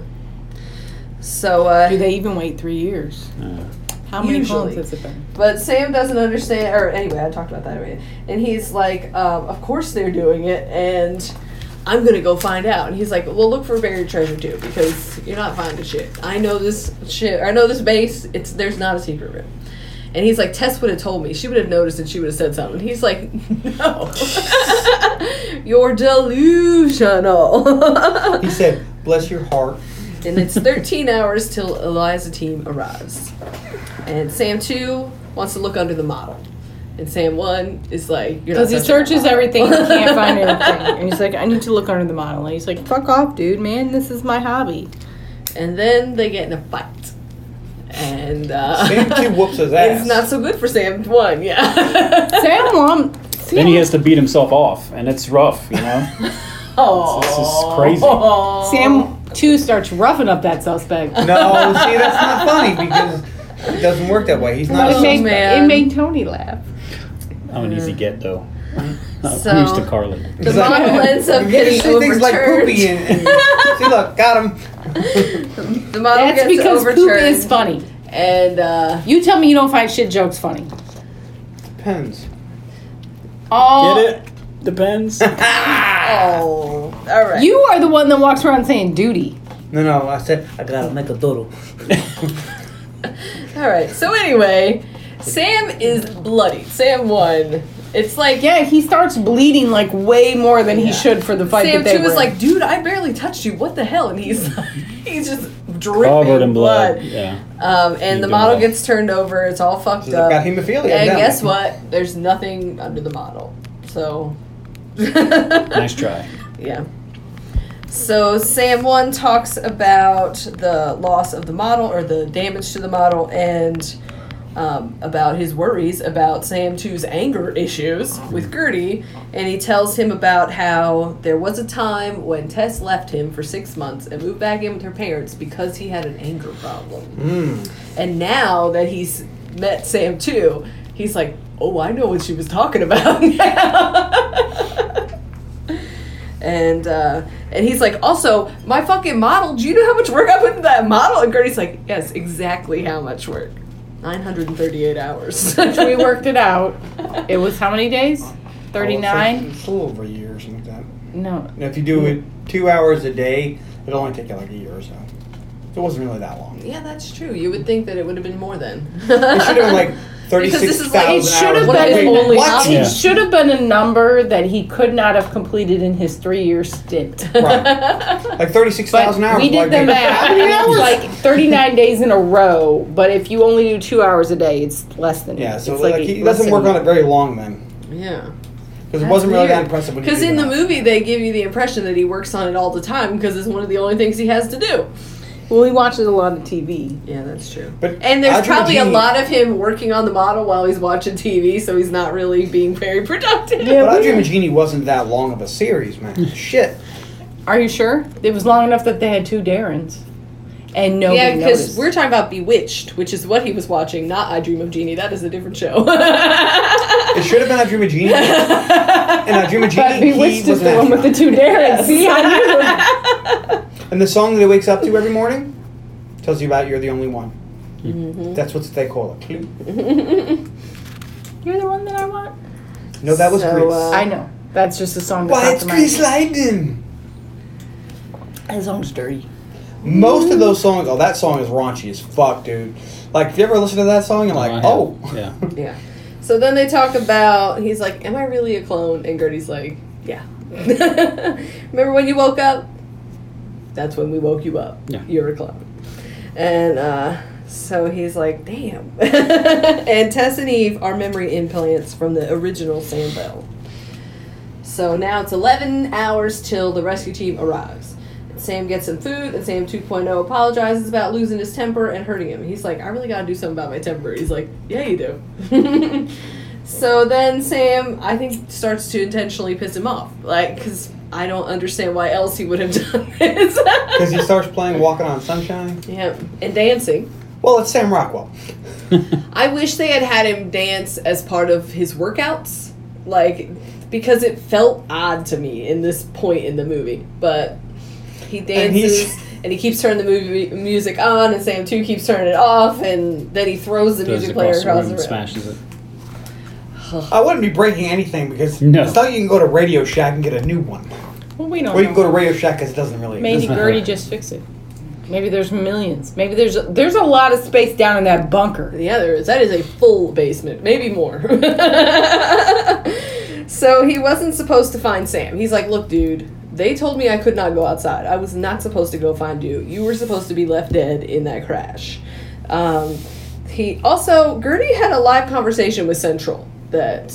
S5: So, uh,
S1: Do they even wait three years?
S6: Uh,
S1: How many
S5: Usually.
S1: clones has it been?
S5: but Sam doesn't understand. Or anyway, I talked about that already. And he's like, um, "Of course they're doing it," and I'm gonna go find out. And he's like, "Well, look for buried treasure too, because you're not finding shit. I know this shit. I know this base. It's there's not a secret room." And he's like, Tess would have told me. She would have noticed and she would have said something. He's like, no. You're delusional.
S8: He said, "Bless your heart."
S5: and it's 13 hours till Eliza team arrives. And Sam 2 wants to look under the model. And Sam 1 is like, you're
S1: Because
S5: not
S1: he
S5: touching
S1: searches
S5: the model.
S1: everything and can't find anything. And he's like, I need to look under the model. And he's like, fuck off, dude, man. This is my hobby.
S5: And then they get in a fight. And uh,
S8: Sam two whoops his ass.
S5: it's not so good for Sam 1, yeah.
S1: Sam Lum.
S6: then he has to beat himself off, and it's rough, you know. this is crazy.
S1: Oh. Sam 2 starts roughing up that suspect.
S8: no, see that's not funny because it doesn't work that way. He's not.
S1: it, made,
S5: man.
S1: it made Tony laugh.
S6: I'm an easy get though.
S5: So-
S6: I'm used to Carly.
S5: the model ends up
S8: You
S5: getting
S8: see
S5: overturned.
S8: things like poopy and, and see look got him.
S5: the model
S1: That's
S5: gets
S1: because poop
S5: overturned.
S1: is funny.
S5: And uh,
S1: You tell me you don't find shit jokes funny.
S8: Depends.
S1: Oh,
S6: Get it? Depends.
S8: Ah.
S5: oh, all right.
S1: You are the one that walks around saying duty.
S8: No, no, I said I gotta make a doodle.
S5: All right. So anyway, Sam is bloody. Sam won. It's like
S1: Yeah, he starts bleeding like way more than he should for the fight that
S5: Sam
S1: they
S5: too
S1: were
S5: is
S1: in.
S5: like, dude, I barely touched you. What the hell? And he's like, he's just dripping
S6: Covered in blood. Yeah.
S5: Um, and
S6: You
S5: the
S6: do
S5: model
S6: well.
S5: gets turned over. It's all fucked
S8: I've
S5: up.
S8: got hemophilia. Oh,
S5: and
S8: now.
S5: guess what? There's nothing under the model. So.
S6: Nice try.
S5: Yeah. So Sam one talks about the loss of the model or the damage to the model and um, about his worries about Sam 2's anger issues with Gertie, and he tells him about how there was a time when Tess left him for six months and moved back in with her parents because he had an anger problem. And now that he's met Sam 2, he's like, oh, I know what she was talking about now. and uh, and he's like, also, my fucking model. Do you know how much work I put into that model? And Gertie's like, yes, exactly how much work. 938 hours.
S1: we worked it out. It was how many days?
S8: Oh, it's like-
S1: 39?
S8: It's a little over a year or something like that.
S1: No.
S8: And if you do it two hours a day, it'll only take you like a year or so. It wasn't really that long.
S5: Yeah, that's true. You would think that it would have been more then.
S8: It should have been like
S5: Because this
S8: thirty-six
S5: is like-
S8: thousand
S5: it
S8: hours.
S1: should have
S5: One of
S1: been
S5: his
S1: a-
S5: only
S8: What?
S5: novels.
S6: Yeah.
S1: Should have been a number that he could not have completed in his three year stint.
S8: Right. Like thirty-six
S1: But
S8: thousand hours.
S1: we did
S8: like,
S1: the math. and it's like 39 days in a row, but if you only do two hours a day, it's less than
S8: Yeah, so
S1: it's
S8: like,
S1: eight-
S8: he
S1: less
S8: doesn't
S1: than-
S8: work on it very long then,
S5: Yeah.
S8: because it wasn't really that
S5: weird.
S8: impressive. when you
S5: Because
S8: do
S5: in the
S8: that.
S5: movie, they give you the impression that he works on it all the time because it's one of the only things he has to do.
S1: Well, he watches a lot of TV.
S5: Yeah, that's true.
S8: But
S5: And there's
S8: Roger
S5: probably a
S8: Gene-
S5: lot of him working on the model while he's watching TV, so he's not really being very productive.
S8: But I Dream of Genie wasn't that long of a series, man. Shit.
S1: Are you sure? It was long enough that they had two Darrens. and nobody
S5: Yeah, because
S1: noticed.
S5: we're talking about Bewitched, which is what he was watching, not I Dream of Jeannie. That is a different show.
S3: It should have been I Dream of Jeannie. and I Dream of
S1: but
S3: Jeannie,
S1: Bewitched
S3: he was
S1: is the
S3: an
S1: one with the two Darrens. See, I knew.
S3: And the song that he wakes up to every morning tells you about you're the only one.
S5: Mm-hmm.
S3: That's what they call it.
S1: You're the one that I want.
S3: No, that was
S5: So,
S3: Grease.
S5: uh,
S1: I know. That's just a song.
S3: Why
S1: That's
S3: it's Grease Lightning.
S1: That song's dirty.
S3: Most of those songs, oh, that song is raunchy as fuck, dude. Like, if you ever listen to that song, you're like, oh,
S6: yeah.
S5: yeah. So then they talk about he's like, "Am I really a clone?" And Gertie's like, "Yeah." Remember when you woke up? That's when we woke you up.
S6: Yeah.
S5: You're a clone. And uh, so he's like, "Damn." and Tess and Eve are memory implants from the original Sandbell. So now it's 11 hours till the rescue team arrives. Sam gets some food, and Sam 2.0 apologizes about losing his temper and hurting him. He's like, I really gotta do something about my temper. He's like, Yeah, you do. so then Sam, I think, starts to intentionally piss him off. Like, because I don't understand why else he would have done this.
S3: because he starts playing Walking on Sunshine.
S5: yeah, and dancing.
S3: Well, it's Sam Rockwell.
S5: I wish they had had him dance as part of his workouts, like because it felt odd to me in this point in the movie. But he dances
S3: he's-
S5: and, he keeps turning the movie music on, and Sam Two keeps turning it off, and then he throws the
S6: Throws it
S5: music player
S6: across the
S5: across
S6: room
S5: the
S6: and
S5: room.
S6: smashes it.
S3: I wouldn't be breaking anything because
S6: No.
S3: it's not like you can go to Radio Shack and get a new one.
S1: Well, we don't.
S3: Or you can
S1: know.
S3: go to Radio Shack because it doesn't really
S1: Maybe
S6: Doesn't
S1: Gertie
S6: hurt.
S1: just fix it. Maybe there's millions. Maybe there's there's a lot of space down in that bunker.
S5: The other is that is a full basement, maybe more. so he wasn't supposed to find Sam. He's like, "Look, dude, they told me I could not go outside. I was not supposed to go find you. You were supposed to be left dead in that crash." Um, he also Gertie had a live conversation with Central that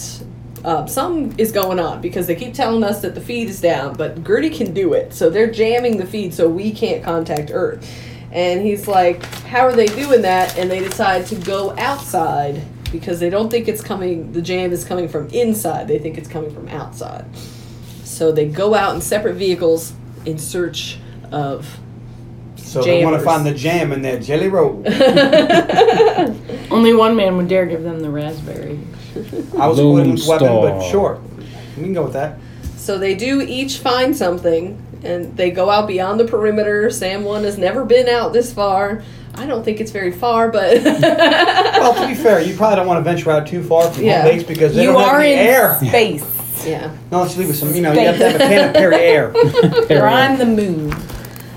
S5: uh, something is going on because they keep telling us that the feed is down, but Gertie can do it. So they're jamming the feed so we can't contact Earth. And he's like, How are they doing that? And they decide to go outside because they don't think it's coming, the jam is coming from inside. They think it's coming from outside. So they go out in separate vehicles in search of.
S3: So they want to
S5: Jammers.
S3: find the jam in their jelly roll.
S1: Only one man would dare give them the raspberry.
S3: I was
S6: Lone
S3: going with weapon, but
S6: Star.
S3: sure. We can go with that.
S5: So they do each find something, and they go out beyond the perimeter. Sam one has never been out this far. I don't think it's very far, but
S3: Well, to be fair, you probably don't want to venture out too far from
S5: Yeah.
S3: home base because they
S1: you
S3: don't have
S1: are
S3: any
S1: in
S3: air.
S1: space.
S5: yeah.
S3: No, let's leave with some. You know, you have to have a can of Perry air.
S1: You're on the moon.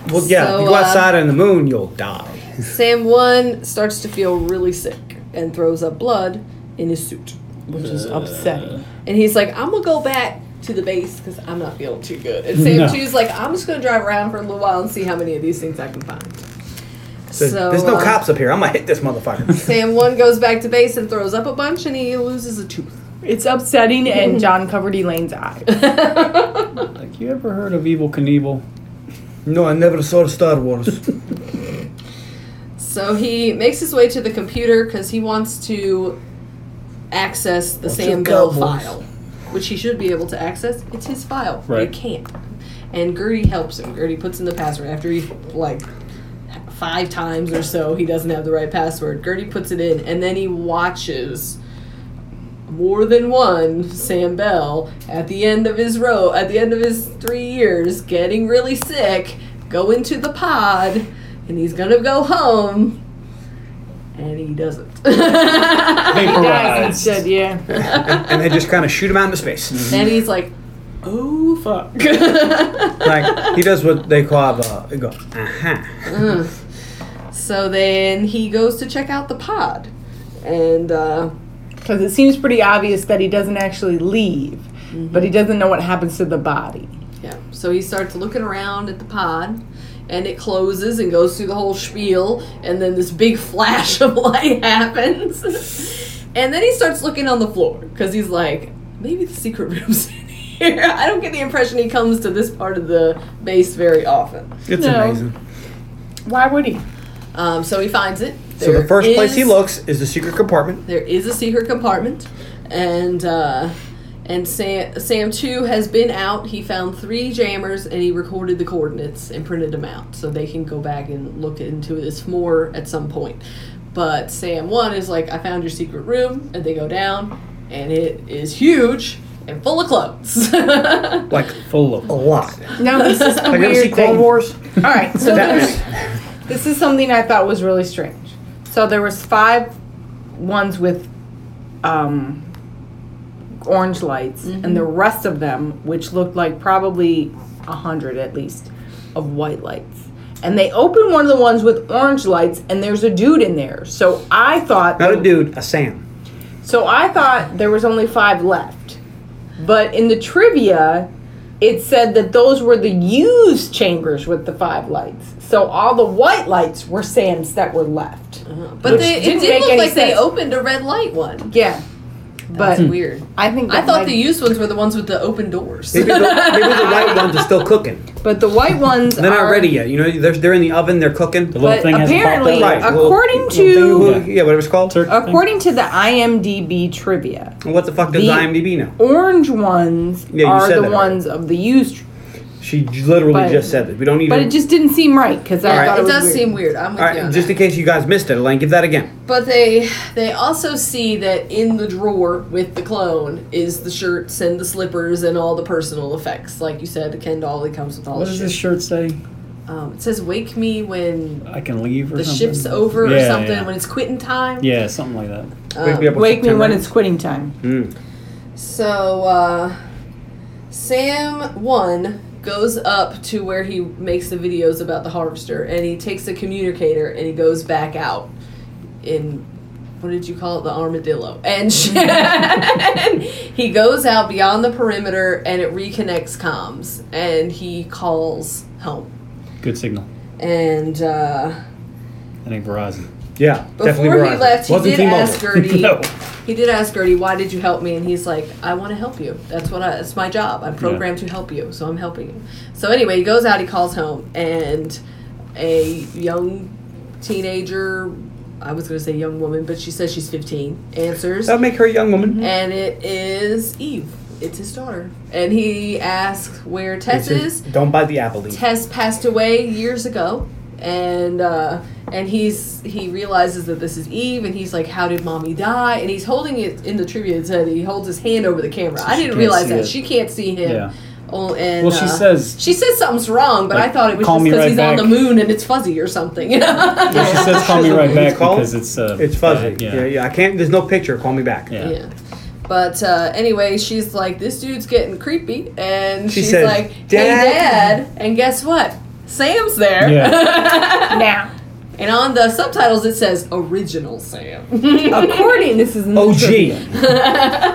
S3: Well, yeah,
S5: So,
S3: if you go
S5: uh,
S3: outside on the moon, you'll die.
S5: Sam one starts to feel really sick and throws up blood in his suit,
S1: Which is upsetting.
S5: and he's like, "I'm gonna go back." To the base because I'm not feeling too good. And Sam
S6: No.
S5: two's like, I'm just gonna drive around for a little while and see how many of these things I can find. So,
S3: There's no
S5: uh,
S3: cops up here. I'm gonna hit this motherfucker.
S5: Sam one goes back to base and throws up a bunch and he loses a tooth.
S1: It's upsetting, and John covered Elaine's eye.
S6: Like, you ever heard of Evil Knievel?
S3: no, I never saw the Star Wars.
S5: So he makes his way to the computer because he wants to access the Sam Bell file, which he should be able to access. It's his file. but
S6: Right.
S5: He can't. And Gertie helps him. Gertie puts in the password after he like five times or so he doesn't have the right password. Gertie puts it in, and then he watches more than one Sam Bell at the end of his row at the end of his three years getting really sick, go into the pod, and he's gonna go home. And he doesn't.
S6: Vaporized.
S1: Said, yeah.
S3: and they just kind of shoot him out into space.
S5: and he's like, oh fuck.
S3: like he does what they call uh, they go. Uh-huh.
S5: So then he goes to check out the pod. And uh,
S1: Because it seems pretty obvious that he doesn't actually leave,
S3: Mm-hmm.
S1: but he doesn't know what happens to the body.
S5: Yeah. So he starts looking around at the pod, and it closes and goes through the whole spiel, and then this big flash of light happens. and then he starts looking on the floor because he's like, maybe the secret room's in here. I don't get the impression he comes to this part of the base very often.
S3: It's
S1: No.
S3: amazing.
S1: Why would he?
S5: Um, so he finds it.
S3: So the
S5: There
S3: first place he
S5: is-
S3: looks is the secret compartment.
S5: There is a secret compartment, and uh, And Sam, Sam too has been out. He found three jammers and he recorded the coordinates and printed them out so they can go back and look into this more at some point. But Sam one is like, I found your secret room, and they go down, and it is huge and full of clothes.
S3: Like
S6: Full of
S3: a lot.
S1: Now this is the
S3: Like, ever see
S1: weird
S3: Clone
S1: thing. All
S3: Wars?
S1: right, so
S3: That
S1: there's-
S3: many.
S1: this is something I thought was really strange. So there was five ones with um, orange lights, and the rest of them, which looked like probably a hundred at least, of white lights. And they open one of the ones with orange lights, and there's a dude in there. So I thought
S3: Not a
S1: the-
S3: dude, a Sam.
S1: so I thought there was only five left. But in the trivia, it said that those were the used chambers with the five lights. So all the white lights were Sam's that were left.
S5: but they, it
S1: didn't
S5: did
S1: make
S5: look
S1: any
S5: like they
S1: sense.
S5: opened a red light one.
S1: Yeah. But
S5: That's weird.
S1: I think
S5: I
S1: that
S5: thought
S1: might-
S5: the used ones were the ones with the open doors.
S3: Maybe the, maybe the white ones are still cooking.
S1: but the white ones
S3: They're
S1: are
S3: not ready yet. You know, they're, they're in the oven, they're cooking.
S6: the little
S1: Um, But
S6: thing has
S1: apparently,
S6: popped
S3: Right,
S6: up.
S3: little-
S1: according
S3: Thing-
S1: to Uh,
S3: who- yeah, whatever it's called.
S6: Turkey thing.
S1: according to the IMDb trivia,
S3: What the fuck does
S1: The-
S3: IMDb know?
S1: orange ones
S3: Yeah, you
S1: are
S3: said
S1: the
S3: that already.
S1: ones of the used.
S3: She j- literally
S1: But-
S3: just said that. We don't need
S1: But
S3: to.
S1: it just didn't seem right because I
S5: Yeah,
S3: right.
S1: thought
S5: it
S1: it, was
S5: does
S1: weird.
S5: seem weird. I'm with
S3: All
S5: you.
S3: right,
S5: on
S3: just
S5: that.
S3: in case you guys missed it, Elaine, give that again.
S5: But they they also see that in the drawer with the clone is the shirts and the slippers and all the personal effects. Like you said, Ken Dolly comes with all
S6: What
S5: the
S6: does
S5: shit.
S6: this shirt say?
S5: um, it says "Wake me when
S6: I can leave or
S5: the
S6: something?
S5: shift's over"
S6: Yeah,
S5: or something.
S6: yeah.
S5: When it's quitting time.
S6: Yeah, something like that.
S3: Wake me up on
S1: Uh, Wake me
S3: September
S1: when
S3: eighth.
S1: it's quitting time.
S5: So uh, Sam one goes up to where he makes the videos about the harvester, and he takes the communicator and he goes back out in what did you call it? The armadillo. And, sh- and he goes out beyond the perimeter, and it reconnects comms, and he calls home.
S6: Good signal.
S5: And uh,
S6: I think Verizon.
S3: Yeah, definitely
S5: before he
S3: Verizon.
S5: left, he
S3: Wasn't
S5: did
S3: T-Mobile.
S5: ask Gertie.
S6: No.
S5: He did ask Gertie, "Why did you help me?" And he's like, "I want to help you. That's what I. That's my job. I'm programmed to help you, so I'm helping you." So anyway, he goes out. He calls home, and a young teenager. I was going to say young woman, but she says she's 15. Answers,
S3: That'll make her a young woman.
S5: and it is Eve. It's his daughter, and he asks where
S3: It
S5: Tess
S3: says,
S5: is.
S3: Don't bite the apple Eve.
S5: Tess passed away years ago, and uh, and he's he realizes that this is Eve, and he's like, "How did mommy die?" And he's holding it in the trivia. It said he holds his hand over the camera. I
S6: she
S5: didn't
S6: can't
S5: realize
S6: see
S5: that
S6: it.
S5: she can't see him.
S6: Yeah.
S5: Oh, and,
S6: Well, she
S5: uh,
S6: says-
S5: she says something's wrong, but I
S6: Like,
S5: thought it was
S6: "Call
S5: just
S6: me
S5: because
S6: right
S5: he's on
S6: back."
S5: the moon and it's fuzzy or something. yeah.
S6: She says, "Call me right back" because it's uh,
S3: It's fuzzy.
S6: bad,
S3: yeah. yeah, I can't. There's no picture. Call me back.
S6: Yeah.
S5: But uh, anyway, she's like, "This dude's getting creepy," and
S3: She
S5: she's
S3: says,
S5: like, "Hey,
S3: "Dad."
S5: Dad!" And guess what? Sam's there.
S6: Yeah.
S1: Now,
S5: And on the subtitles it says original Sam.
S1: according this is in
S3: Oh,
S1: the trivia.
S3: OG.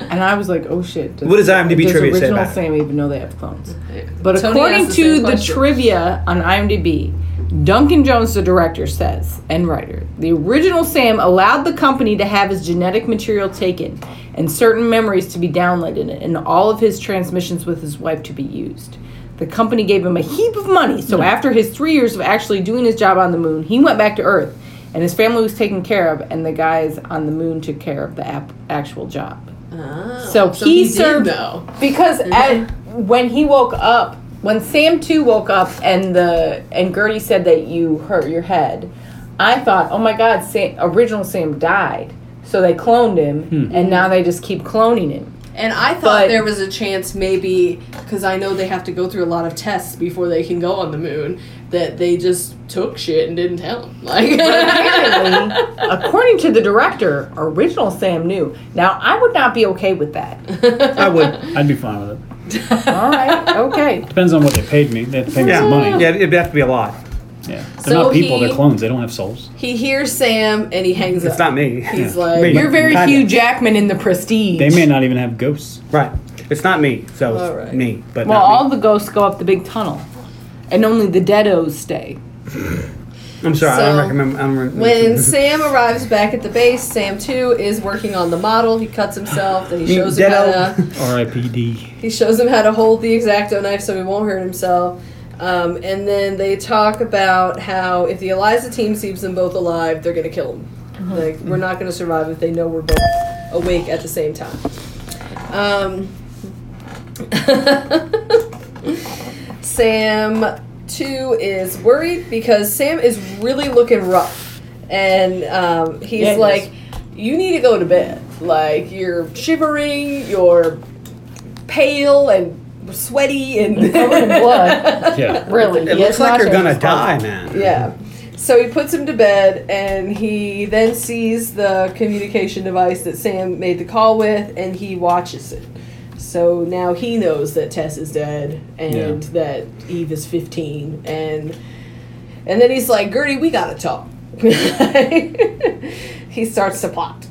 S1: And I was like, oh shit. Does,
S3: What does IMDb
S1: does
S3: trivia say
S1: original
S3: about it?
S1: Sam even know they have clones? But
S5: Tony
S1: according
S5: asked
S1: to
S5: the same
S1: the
S5: question.
S1: trivia on IMDb, Duncan Jones, the director, says, and writer, the original Sam allowed the company to have his genetic material taken and certain memories to be downloaded and all of his transmissions with his wife to be used. The company gave him a heap of money, so after his three years of actually doing his job on the moon, he went back to Earth and his family was taken care of, and the guys on the moon took care of the ap- actual job. So, he,
S5: So he did,
S1: served
S5: though.
S1: because
S6: Mm-hmm.
S1: at, when he woke up, when Sam too woke up, and the and Gertie said that you hurt your head, I thought, oh my God, Sam, original Sam died, so they cloned him,
S6: Hmm.
S1: and now they just keep cloning him.
S5: And I thought
S1: But-
S5: there was a chance maybe because I know they have to go through a lot of tests before they can go on the moon that they just took shit and didn't tell them. Like
S1: Apparently, according to the director, original Sam knew. Now I would not be okay with that.
S3: I would.
S6: I'd be fine with it.
S1: All right, okay.
S6: Depends on what they paid me. They had to pay me
S3: Yeah.
S6: some money.
S3: Yeah, it'd have to be a lot.
S6: Yeah. They're
S5: So
S6: not people.
S5: he-
S6: They're clones. They don't have souls.
S5: he hears Sam and he hangs
S3: It's
S5: up.
S3: not me.
S5: He's like,
S3: Me.
S1: You're very
S3: Kinda.
S1: Hugh Jackman in The Prestige.
S6: They may not even have ghosts.
S3: Right. It's not me. So it's
S5: All right.
S3: me, but
S1: well,
S3: not
S1: all the ghosts go up the big tunnel, and only the deados stay.
S3: me. I'm sorry. I don't
S5: So,
S3: recommend. I'm re-
S5: When Sam arrives back at the base, Sam too is working on the model. He cuts himself, then he shows him how
S3: Ditto.
S5: to
S6: R.I.P.D.
S5: He shows him how to hold the exacto knife so he won't hurt himself. Um, and then they talk about how if the Eliza team sees them both alive, they're gonna kill them. Like we're not gonna survive if they know we're both awake at the same time. Um, Sam two is worried because Sam is really looking rough, and um, he's
S1: Yeah, he
S5: like,
S1: is.
S5: "You need to go to bed. Like you're shivering, you're pale and sweaty, and
S9: Covered in blood.
S10: Yeah.
S9: Really?
S3: It looks like you're gonna die, man.
S5: Yeah. So he puts him to bed, and he then sees the communication device that Sam made the call with, and he watches it. So now he knows that Tess is dead, and that Eve is fifteen, and and then he's like, Gertie, we gotta talk. he starts to plot.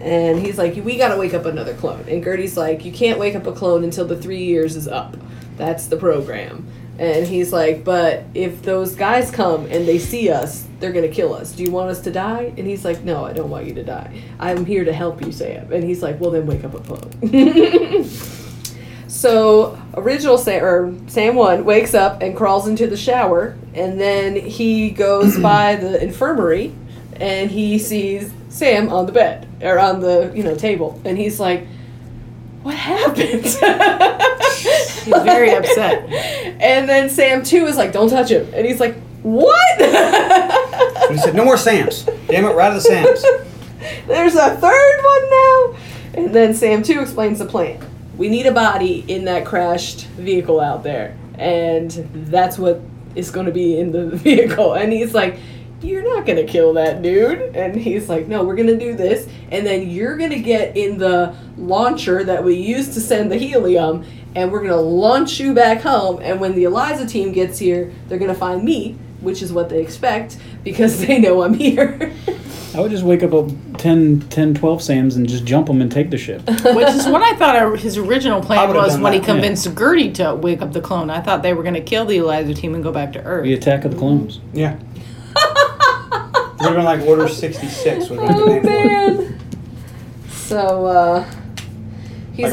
S5: And he's like, We gotta wake up another clone. And Gertie's like, You can't wake up a clone until the three years is up. That's the program. And he's like, But if those guys come and they see us, they're gonna kill us. Do you want us to die? And he's like, No, I don't want you to die. I'm here to help you, Sam. And he's like, Well, then wake up a clone. So original Sam or Sam one wakes up and crawls into the shower, and then he goes by the infirmary, and he sees Sam on the bed or on the you know table, and he's like, "What happened?" he's
S1: very upset.
S5: And then Sam two is like, "Don't touch him," and he's like, "What?"
S3: He said, "No more Sams. Damn it, right out of the Sams."
S5: There's a third one now. And then Sam 2 explains the plan. We need a body in that crashed vehicle out there. And that's what is going to be in the vehicle. And he's like, You're not going to kill that dude. And he's like, No, we're going to do this. And then you're going to get in the launcher that we used to send the helium. And we're going to launch you back home. And when the Eliza team gets here, they're going to find me, which is what they expect because they know I'm here.
S6: I would just wake up a 10, 10 12 Sams and just jump them and take the ship.
S1: Which is what I thought our, his original plan
S3: would've
S1: was
S3: done
S1: when he
S3: that,
S1: convinced Gertie to wake up the clone. I thought they were going to kill the Eliza team and go back to Earth.
S6: the attack of the clones.
S3: Yeah.
S11: Would have been like Order 66. Would have been the
S5: Oh
S11: name for it.
S5: man. So uh he's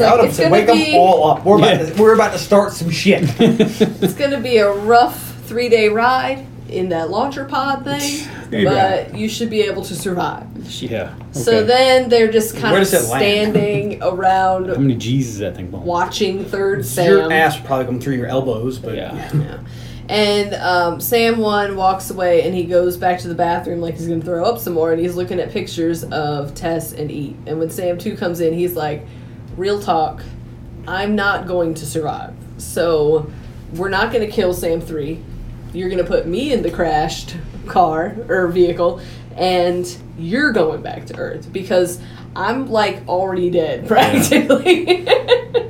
S11: Like,
S5: like,
S11: I would have
S5: it's
S11: said,
S5: gonna
S11: wake
S5: be
S11: them all up. We're about,
S6: Yeah.
S11: to, we're about to start some shit.
S5: it's gonna be a rough three day ride in that launcher pod thing. But you should be able to survive.
S6: Yeah.
S5: So
S6: okay.
S5: then they're just kind
S3: Where
S5: of
S3: does it land?
S5: standing
S6: How
S5: around
S6: many G's is that thing going?
S5: watching third Sam.
S3: Your ass would probably come through your elbows, but
S6: Yeah.
S5: And um, Sam one walks away and he goes back to the bathroom like he's gonna throw up some more and he's looking at pictures of Tess and Eat. And when Sam two comes in, he's like, "Real talk, I'm not going to survive. So we're not gonna kill Sam three. You're gonna put me in the crashed car or vehicle, and you're going back to Earth because I'm like already dead practically."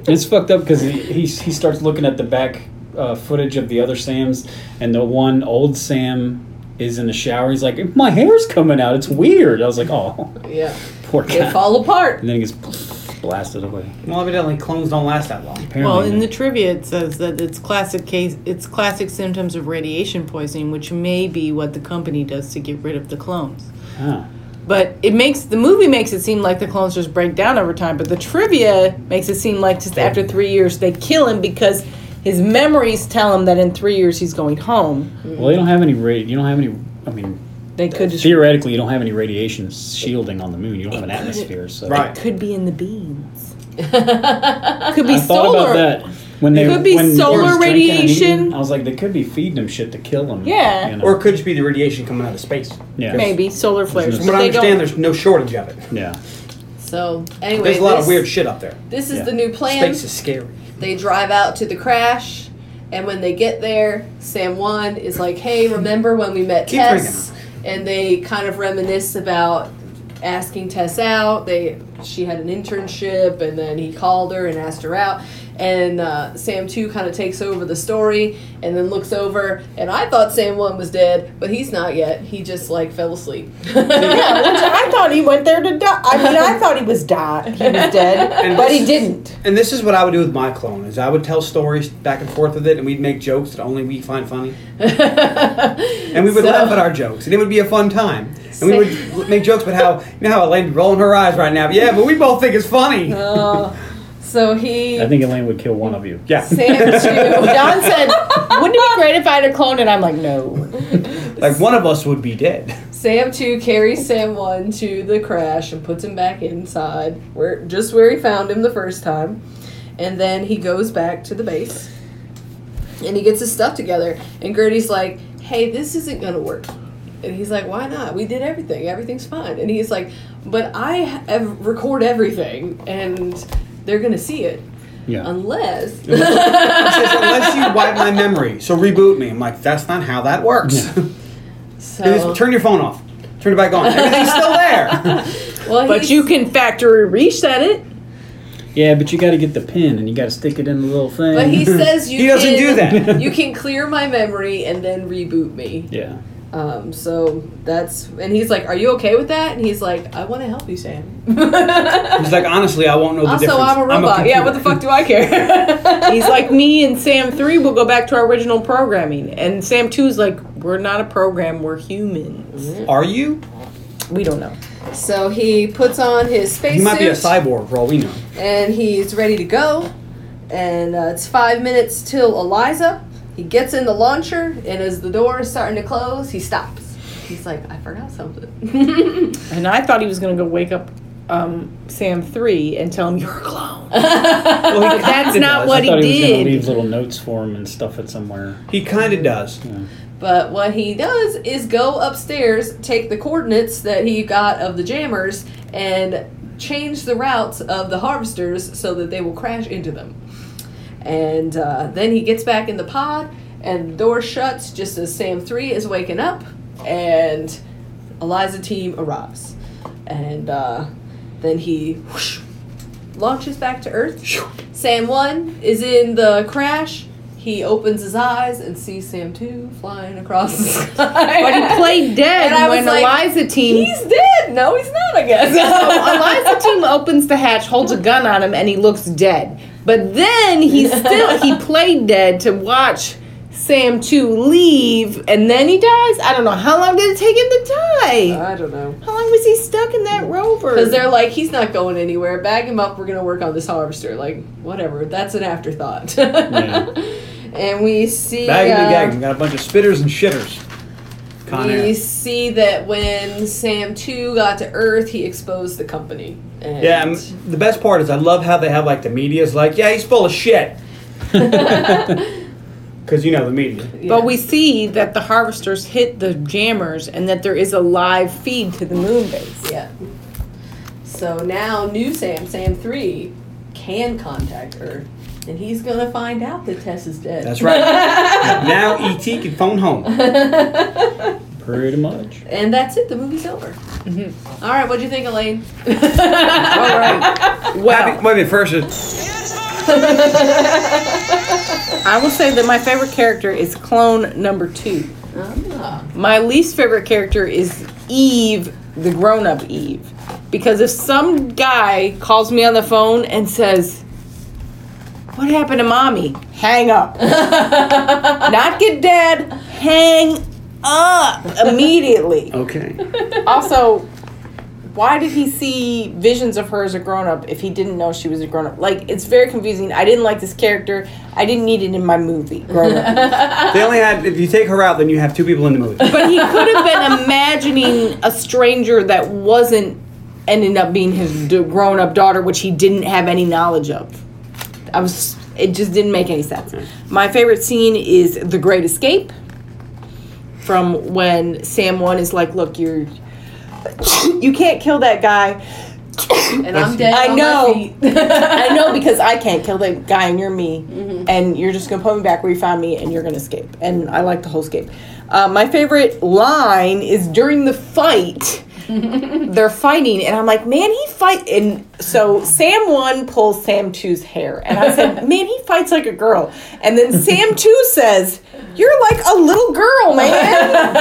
S6: It's fucked up because he, he he starts looking at the back uh, footage of the other Sams, and the one old Sam is in the shower. He's like, "My hair's coming out. It's weird." I was like, "Oh,
S5: yeah,
S6: poor
S5: they
S6: guy."
S5: fall apart.
S6: and then he gets blasted away.
S3: well, evidently clones don't last that long.
S6: Apparently,
S1: Well, in the trivia, it says that it's classic case. It's classic symptoms of radiation poisoning, which may be what the company does to get rid of the clones.
S6: Ah.
S1: But it makes the movie makes it seem like the clones just break down over time. But the trivia makes it seem like just after three years they kill him because his memories tell him that in three years he's going home.
S6: well, you don't have any radi- You don't have any. I mean,
S1: They could just
S6: theoretically, you don't have any radiation shielding on the moon. You don't have an atmosphere, so
S3: Right.
S1: could be in the beans. could be
S6: I thought
S1: solar.
S6: about that when they
S1: Could be
S6: when he
S1: solar
S6: was drinking and eating,
S1: radiation.
S6: I was like, they could be feeding him shit to kill him.
S1: Yeah.
S6: you know?
S3: Or it could just be the radiation coming out of space. From
S6: yeah,
S1: Maybe solar flares.
S3: what
S1: but
S3: I
S1: they
S3: understand,
S1: don't-
S3: there's no shortage of it.
S6: yeah.
S5: So anyway,
S3: There's a lot of
S5: this-
S3: weird shit up there.
S5: This is
S6: Yeah.
S5: the new plan.
S3: Space is scary.
S5: They drive out to the crash, and when they get there, Sam One is like, "Hey, remember when we met
S3: Keep
S5: Tess?" And they kind of reminisce about asking Tess out. They she had an internship, and then he called her and asked her out. And uh, Sam Two kind of takes over the story, and then looks over. And I thought Sam One was dead, but he's not yet. He just like fell asleep.
S1: Yeah, which I thought he went there to die. I mean, I thought he was die. He was dead, but he didn't.
S3: And this is what I would do with my clone: is I would tell stories back and forth with it, and we'd make jokes that only we find funny, and we would
S5: So-
S3: laugh at our jokes, and it would be a fun time. And we would make jokes about how you know how Elaine be rolling her eyes right now. But yeah, but we both think it's funny.
S5: Oh, so he.
S6: I think Elaine would kill one of you.
S3: yeah,
S5: Sam Two.
S1: Don said, "Wouldn't it be great if I had a clone?" And I'm like, "No."
S3: like one of us would be dead.
S5: Sam two carries Sam one to the crash and puts him back inside where just where he found him the first time, and then he goes back to the base, and he gets his stuff together. And Gertie's like, "Hey, this isn't gonna work," and he's like, "Why not? We did everything. Everything's fine." And he's like, "But I have record everything, and they're gonna see it."
S6: Yeah.
S1: Um,
S5: Unless
S3: Unless you wipe my memory, so reboot me. I'm like, that's not how that works.
S5: so,
S3: Just turn your phone off. Turn it back on. Everything's still there.
S5: well,
S1: But
S5: he's-
S1: you can factory reset it.
S6: Yeah, but you got to get the pin and you got to stick it in the little thing.
S5: But he says you
S3: He doesn't
S5: can,
S3: do that.
S5: You can clear my memory and then reboot me.
S6: yeah.
S5: Um, so that's and he's like, "Are you okay with that?" And he's like, "I want to help you, Sam."
S3: He's like, honestly, I won't know the
S5: Also,
S3: difference.
S5: I'm a robot. yeah, what the fuck do I care?
S1: He's like, me and Sam 3 will go back to our original programming. And Sam 2's like, we're not a program, we're humans.
S3: the? Are you?
S1: We don't know.
S5: so he puts on his
S3: You might be a
S5: spacesuit
S3: cyborg for all we know.
S5: and he's ready to go. And uh, it's five minutes till Eliza. He gets in the launcher, and as the door is starting to close, he stops. He's like, "I forgot something."
S1: And I thought he was going to go wake up um, Sam 3 and tell him, you're a clone.
S3: Well, he
S1: That's
S3: kinda
S1: not
S3: does.
S1: what
S6: I thought
S1: he,
S6: he, was
S1: did.
S6: going to leave little notes for him and stuff it somewhere.
S3: He kind of does.
S5: But what he does is go upstairs, take the coordinates that he got of the jammers, and change the routes of the harvesters so that they will crash into them. And uh, then he gets back in the pod, and the door shuts just as Sam 3 is waking up, and Eliza team arrives. And uh, then he whoosh, launches back to Earth. Sam 1 is in the crash. He opens his eyes and sees Sam 2 flying across the sky.
S1: But he played dead
S5: And I was
S1: when
S5: like,
S1: Eliza team.
S5: He's dead. No, he's not, I guess.
S1: Oh, Eliza team opens the hatch, holds a gun on him, and he looks dead. But then he still he played dead to watch Sam two leave, and then he dies. I don't know how long did it take him to die.
S5: I don't know.
S1: How long was he stuck in that rover?
S5: Because Uh, they're like, he's not going anywhere. Bag him up. We're going to work on this harvester. Like, whatever. That's an afterthought. And we see.
S3: Bagging
S5: uh,
S3: and gagging. Got a bunch of spitters and shitters. Con Air.
S5: we see that when Sam 2 got to Earth, he exposed the company. And
S3: Yeah, and the best part is I love how they have like the media's like, yeah, he's full of shit. Because you know the media.
S1: But we see that the harvesters hit the jammers, and that there is a live feed to the moon base.
S5: Yeah. So now, new Sam, Sam 3, can contact Earth. And he's going to find out that Tess is dead.
S3: That's right. now ET can phone home.
S6: Pretty much.
S5: And that's it. The movie's over. All right. What'd you think, Elaine?
S1: Well,
S3: Wait a minute, first it's
S1: I will say that my favorite character is clone number two. My least favorite character is Eve, the grown up Eve. Because if some guy calls me on the phone and says, What happened to mommy? Hang up. Not get dad, hang up immediately.
S3: okay.
S1: Also, why did he see visions of her as a grown up if he didn't know she was a grown up? Like, it's very confusing. I didn't like this character. I didn't need it in my movie, grown up.
S3: They only had if you take her out, then you have two people in the movie.
S1: But he could have been imagining a stranger that wasn't ending up being his d- grown up daughter, which he didn't have any knowledge of. I was. It just didn't make any sense. My favorite scene is the Great Escape, from when Sam One is like, "Look, you're, you can't kill that guy."
S5: And I'm dead.
S1: I
S5: on my
S1: know.
S5: feet.
S1: I know because I can't kill that guy and you're me, and you're just gonna put me back where you found me, and you're gonna escape. And I like the whole escape. Uh, my favorite line is during the fight. they're fighting, and I'm like, man, he fight. And so Sam one pulls Sam two's hair, and I said, man, he fights like a girl. And then Sam two says, you're like a little girl, man,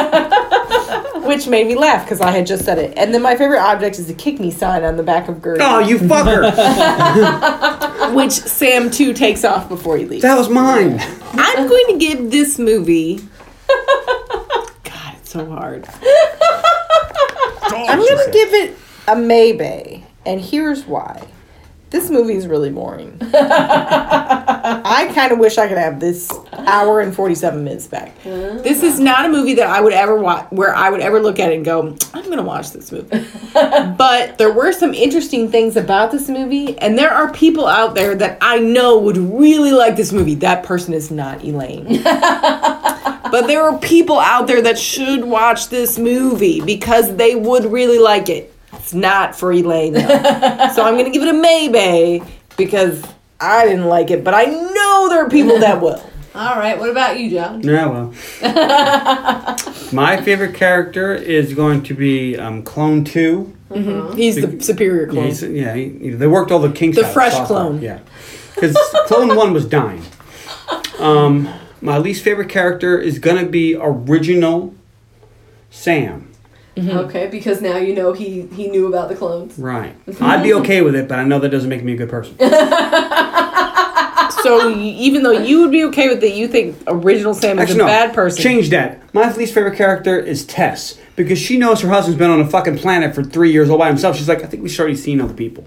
S1: which made me laugh because I had just said it. And then my favorite object is the kick me sign on the back of Gertie
S3: Oh, you fucker!
S1: which Sam too takes off before he leaves.
S3: That was mine.
S1: I'm going to give this movie. God, it's so hard. I'm going to give it a maybe, and here's why. This movie is really boring. I kind of wish I could have this hour and 47 minutes back. This is not a movie that I would ever watch, where I would ever look at it and go, I'm going to watch this movie. but there were some interesting things about this movie, and there are people out there that I know would really like this movie. That person is not Elaine. but there are people out there that should watch this movie because they would really like it. It's not for Elaine, though. so I'm going to give it a maybe because I didn't like it, but I know there are people that will.
S5: All right, what about you, John?
S3: Yeah, well. My favorite character is going to be um, Clone 2.
S1: He's the superior
S3: Yeah,
S1: clone.
S3: he's, yeah he, he- they worked all the kinks
S1: The
S3: out,
S1: fresh
S3: software,
S1: clone.
S3: Yeah. Because Clone 1 was dying. Um, my least favorite character is going to be original Sam.
S5: Okay, because now you know he he knew about the clones.
S3: Right. I'd be okay with it, but I know that doesn't make me a good person.
S1: so y- even though you would be okay with it, you think original Sam is
S3: Actually,
S1: a
S3: no.
S1: bad person.
S3: Change that. My least favorite character is Tess because she knows her husband's been on a fucking planet for three years all by himself. She's like, I think we've already seen other people.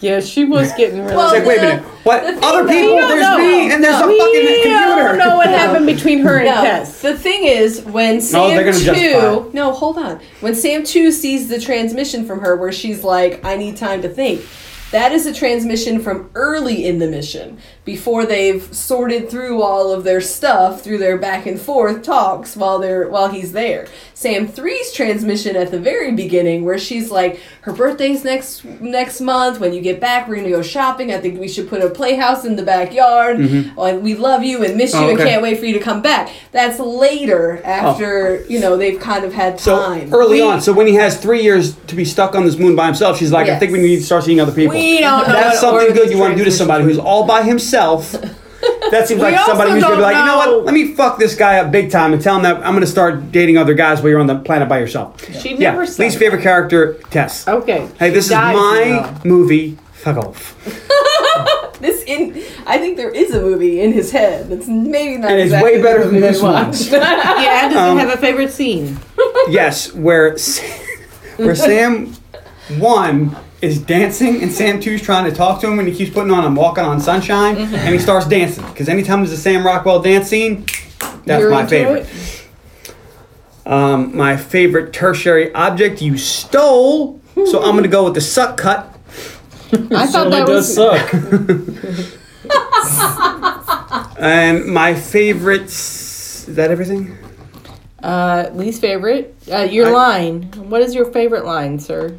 S1: Yeah, she was getting really.
S5: Well,
S3: It's like, wait a minute, what? Other people?
S1: We don't
S3: There's
S1: know.
S3: me, and there's
S1: No.
S3: a fucking
S1: we
S3: computer.
S1: don't know what happened between her and
S5: No,
S1: Tess.
S5: the thing is when
S3: No, they're
S5: Sam
S3: gonna justify
S5: two. No, hold on. When Sam two sees the transmission from her, where she's like, "I need time to think." That is a transmission from early in the mission, before they've sorted through all of their stuff through their back and forth talks while they're while he's there. Sam 3's transmission at the very beginning, where she's like, "Her birthday's next next month. When you get back, we're gonna go shopping. I think we should put a playhouse in the backyard. Oh, we love you and miss you
S3: Mm-hmm. Oh,
S5: and
S3: okay.
S5: can't wait for you to come back." That's later after you know they've kind of had
S3: Oh. So
S5: time.
S3: early on, so when he has three years to be stuck on this moon by himself, she's like, I think we
S5: Yes.
S3: need to start seeing other people.
S1: We don't know
S3: That's
S1: what
S3: something
S1: order
S3: good
S1: the
S3: you want to do to somebody who's all by himself. That seems like
S1: also
S3: somebody who's gonna be
S1: don't
S3: like, you know
S1: know-
S3: what? Let me fuck this guy up big time and tell him that I'm gonna start dating other guys while you're on the planet by yourself.
S1: She
S3: yeah.
S1: never said
S3: Least
S1: it.
S3: favorite character, Tess.
S1: Okay.
S3: Hey, this is
S1: Guys,
S3: my movie. Fuck off.
S5: This in, I think there is a movie in his head that's maybe not.
S3: And it's
S5: exactly
S3: way better
S5: the
S3: than
S5: movie
S3: this
S5: we
S3: one.
S5: watched.
S1: Yeah, does
S3: um,
S1: he have a favorite scene?
S3: Yes, where Sa- where Sam one is dancing and Sam two's trying to talk to him and he keeps putting on "I'm Walking on Sunshine"
S1: Mm-hmm.
S3: and he starts dancing because anytime there's a Sam Rockwell dance scene, that's
S1: You're
S3: my
S1: into
S3: favorite. Um, my favorite tertiary object you stole, so I'm gonna go with the suck cut.
S1: it? I thought
S6: Certainly
S1: that
S6: does
S1: was.
S6: suck.
S3: And my favorite s- is that everything?
S1: Uh, least favorite. Uh, your
S3: I-
S1: line. What is your favorite line, sir?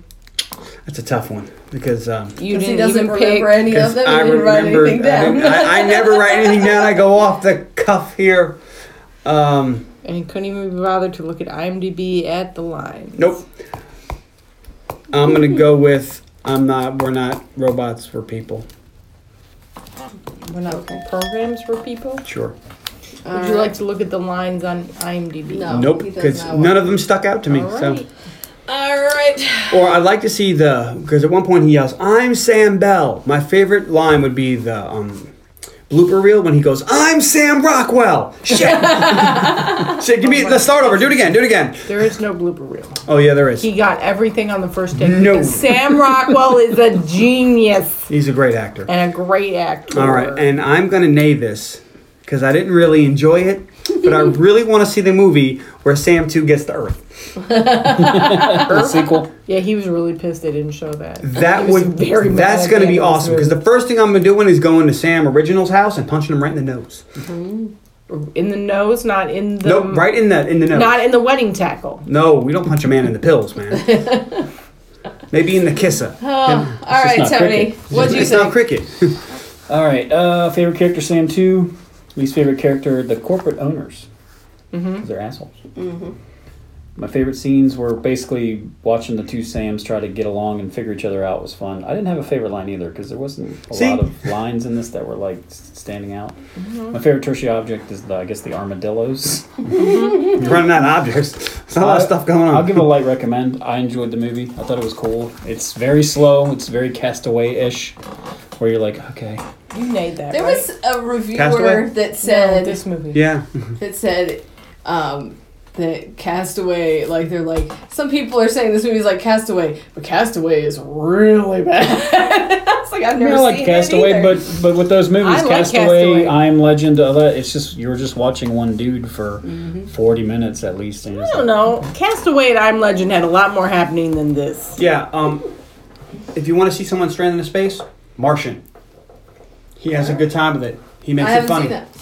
S3: That's a tough one because um,
S1: You
S5: Because
S1: didn't
S5: he doesn't
S1: even pick.
S5: remember any of
S3: Because
S5: them.
S3: I
S5: He didn't write
S3: remember, I,
S5: anything down.
S3: didn't- I, I never write anything down. I go off the cuff here. Um,
S1: and he couldn't even be bothered to look at IMDb at the line.
S3: nope. I'm gonna go with I'm not. We're not robots. We're people.
S1: We're not programs for people.
S3: Sure.
S1: Would you like to look at the lines on IMDb?
S5: No.
S3: nope.
S5: Oh, he does
S3: Because
S5: not want-
S3: none of them stuck out to me.
S1: All
S3: So.
S1: right.
S5: All right.
S3: Or I'd like to see the because at one point he yells, "I'm Sam Bell." My favorite line would be the um, blooper reel when he goes, "I'm Sam Rockwell." Shit. Shit. Give me. Let's start over. Do it again. Do it again.
S1: There is no blooper reel.
S3: Oh yeah, there is.
S1: He got everything on the first take.
S3: No.
S1: because Sam Rockwell is a genius
S3: He's a great actor.
S1: and a great actor.
S3: All right, and I'm gonna nay this because I didn't really enjoy it, but I really want to see the movie where Sam Two gets to Earth.
S6: the sequel.
S1: yeah, he was really pissed they didn't show that.
S3: That
S1: He was
S3: would
S1: very mad
S3: that's
S1: at
S3: gonna
S1: the end
S3: be
S1: of this
S3: awesome because the first thing I'm gonna doing is going to Sam Original's house and punching him right in the nose.
S1: movie. in the nose, not in the
S3: nope, right in the in the nose.
S1: not in the wedding tackle.
S3: no, we don't punch a man in the pills, man. Maybe in the kisser.
S5: All right,
S6: not
S5: Tony.
S6: cricket.
S5: What'd you
S3: it's
S5: say?
S3: not cricket.
S6: All right. Uh, favorite character Sam two. Least favorite character the corporate owners. Mm-hmm. They're assholes. Mm-hmm. My favorite scenes were basically watching the two Sams try to get along and figure each other out was fun. I didn't have a favorite line either because there wasn't a
S3: See?
S6: lot of lines in this that were like s- standing out. My favorite tertiary object is the, I guess the armadillos.
S3: You're running out of objects. There's a lot of stuff going on.
S6: I'll give it a light recommend. I enjoyed the movie. I thought it was cool. It's very slow. It's very castaway ish, where you're like, okay,
S1: You made that.
S5: There
S1: right?
S5: was a reviewer
S3: Castaway?
S5: that
S1: no,
S5: said
S1: this movie.
S3: yeah.
S5: that said um, that Castaway, like they're like some people are saying this movie's like Castaway, but Castaway is really bad. I was like, I've
S6: I mean,
S5: never
S6: I like
S5: seen
S6: Castaway,
S5: it
S6: but but with those movies,
S1: I like
S6: Castaway,
S1: Castaway.
S6: I Am Legend, all that, it's just you were just watching one dude for
S1: Mm-hmm.
S6: forty minutes at least. And
S1: I don't know. Castaway and I'm Legend had a lot more happening than this.
S3: Yeah. Um, if you want to see someone stranded in space, Martian. He has a good time with it. He makes
S5: I
S3: it
S5: haven't
S3: funny.
S5: seen that.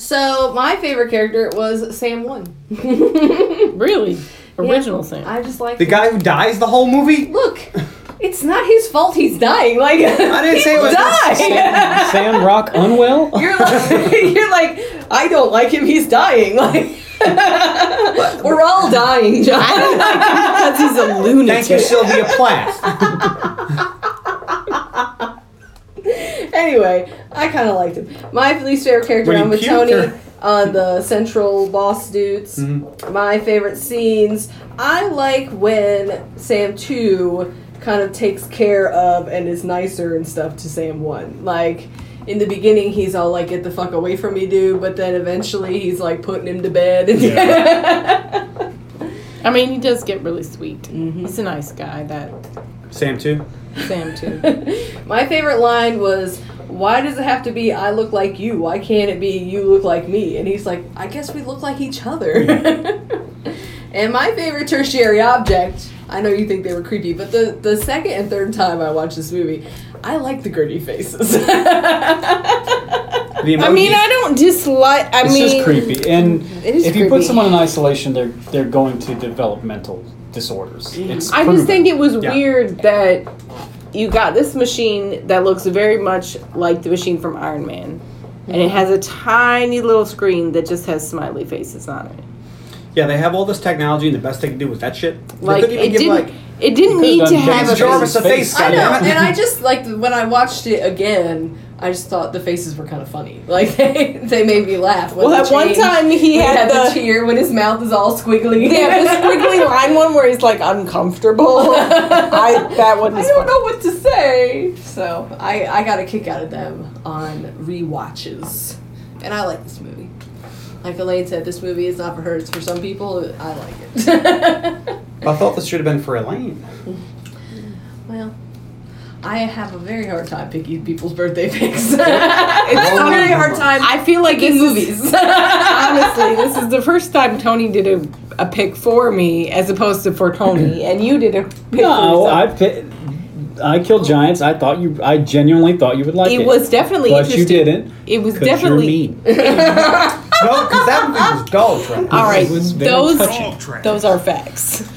S5: So my favorite character was Sam One.
S1: Really? Original thing.
S5: I just like
S3: The guy who dies the whole movie.
S5: Look, it's not his fault. He's dying. Like
S3: I didn't say it was.
S6: Sam, Sam Rock unwell.
S5: You're like, you're like, I don't like him. He's dying. Like, we're all dying, John.
S1: Because he's a lunatic.
S3: Thank you, Sylvia Plath.
S5: anyway, I kind of liked him. My least favorite character
S3: When he
S5: I'm with
S3: puked
S5: Tony
S3: or-
S5: on the central boss dudes.
S3: Mm-hmm.
S5: My favorite scenes. I like when Sam two kind of takes care of and is nicer and stuff to Sam one. Like in the beginning, he's all like, "Get the fuck away from me, dude!" But then eventually, he's like putting him to bed. And
S1: I mean, he does get really sweet. He's a nice guy, that
S3: Sam too.
S1: Sam, too.
S5: My favorite line was, "Why does it have to be I look like you? Why can't it be you look like me?" And he's like, "I guess we look like each other." and my favorite tertiary object. I know you think they were creepy, but the the second and third time I watched this movie, I like the gritty faces.
S3: The emoji.
S1: I mean, I don't dislike. I
S6: It's
S1: mean,
S6: just creepy. And
S1: It is
S6: if you put
S1: creepy.
S6: someone in isolation, they're they're going to develop mental disorders. It's
S1: I
S6: proven.
S1: just think it was
S3: Yeah.
S1: weird that you got this machine that looks very much like the machine from Iron Man. And it has a tiny little screen that just has smiley faces on it.
S3: yeah, they have all this technology, and the best they can do with that shit.
S1: Like
S3: they couldn't even
S1: it
S3: give
S1: didn't.
S3: like
S1: it didn't
S6: could've
S1: need
S6: done
S1: to have
S6: James
S1: a
S3: Jarvis a
S6: Face.
S3: face.
S5: I know,
S3: goddammit.
S5: and I just like when I watched it again. I just thought the faces were kind of funny. Like they, they made me laugh. When
S1: Well,
S5: the
S1: at one
S5: change-
S1: time he
S5: when
S1: had
S5: the,
S1: the-
S5: cheer when his mouth is all squiggly.
S1: They have this squiggly line one where he's like uncomfortable. I that one
S5: I
S1: was
S5: don't
S1: funny.
S5: know what to say. So I, I got a kick out of them on rewatches. And I like this movie. Like Elaine said, this movie is not for her, it's for some people. I like it.
S3: I thought this should have been for Elaine.
S5: well, I have a very hard time picking people's birthday picks. it's
S1: Oh,
S5: a very hard time
S1: I feel like
S5: picking
S1: it's
S5: movies.
S1: honestly, this is the first time Tony did a, a pick for me as opposed to for Tony, and you did a pick
S6: No,
S1: for
S6: I
S1: yourself.
S6: pi- I killed giants. I thought you. I genuinely thought you would like it.
S1: it was definitely
S6: but
S1: interesting.
S6: you didn't.
S1: It was
S6: 'cause you're
S1: definitely
S6: mean.
S3: No, because that movie was dog trash.
S1: all right.
S6: It was very
S1: Those
S6: touching.
S1: those are facts.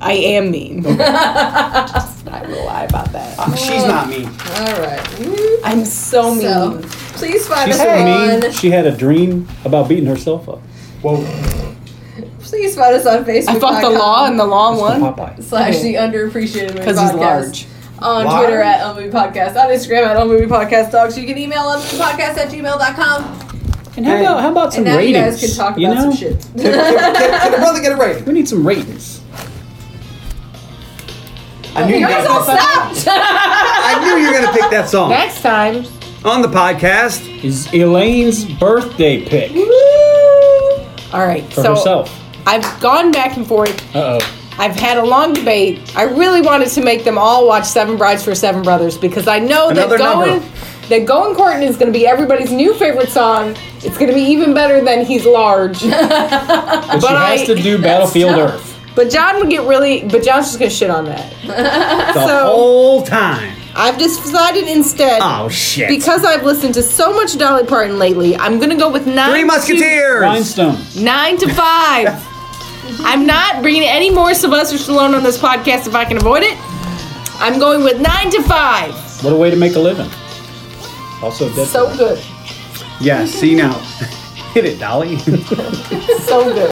S1: I am mean. I will lie about that.
S3: Uh, She's not me.
S5: All right.
S1: I'm so mean.
S5: So, please find
S6: She's
S5: us
S6: so
S5: on.
S6: mean. She had a dream about beating herself up.
S3: Whoa.
S5: Please find us on Facebook.
S1: I fucked the law and the long one
S6: Popeye.
S5: slash the underappreciated movie
S1: because
S5: podcast.
S1: he's large.
S5: on
S3: Live.
S5: Twitter at Unmovie Podcast, on Instagram at Unmovie Podcast Dogs. You can email unmoviepodcast at gmail.com.
S6: And how about how about
S5: And
S6: some
S5: now you guys can
S6: ratings?
S5: talk about
S6: know?
S5: some shit.
S3: Can, can, can, can the brother get it right?
S6: We need some ratings.
S3: I knew you guys all I knew you were gonna pick that song
S1: Next time.
S3: on the podcast.
S6: Is Elaine's birthday pick
S1: All right.
S6: for
S1: so
S6: herself?
S1: I've gone back and forth.
S6: Uh oh.
S1: I've had a long debate. I really wanted to make them all watch Seven Brides for Seven Brothers because I know
S3: Another
S1: that going
S3: number.
S1: that going courting is going to be everybody's new favorite song. It's going to be even better than He's Large.
S6: But, she
S1: I-
S6: has to do Battlefield Earth.
S1: But John would get really. But John's just going to shit on that.
S3: The
S1: So-
S3: whole time.
S1: I've decided instead.
S3: Oh shit.
S1: Because I've listened to so much Dolly Parton lately, I'm gonna go with nine.
S3: Three Musketeers.
S6: Rhinestone.
S1: To, nine to five. I'm not bringing any more Sylvester Stallone on this podcast if I can avoid it. I'm going with nine to five.
S6: What a way to make a living. Also, Deadpool.
S1: So good.
S3: Yeah. See now. Hit it, Dolly.
S1: So good.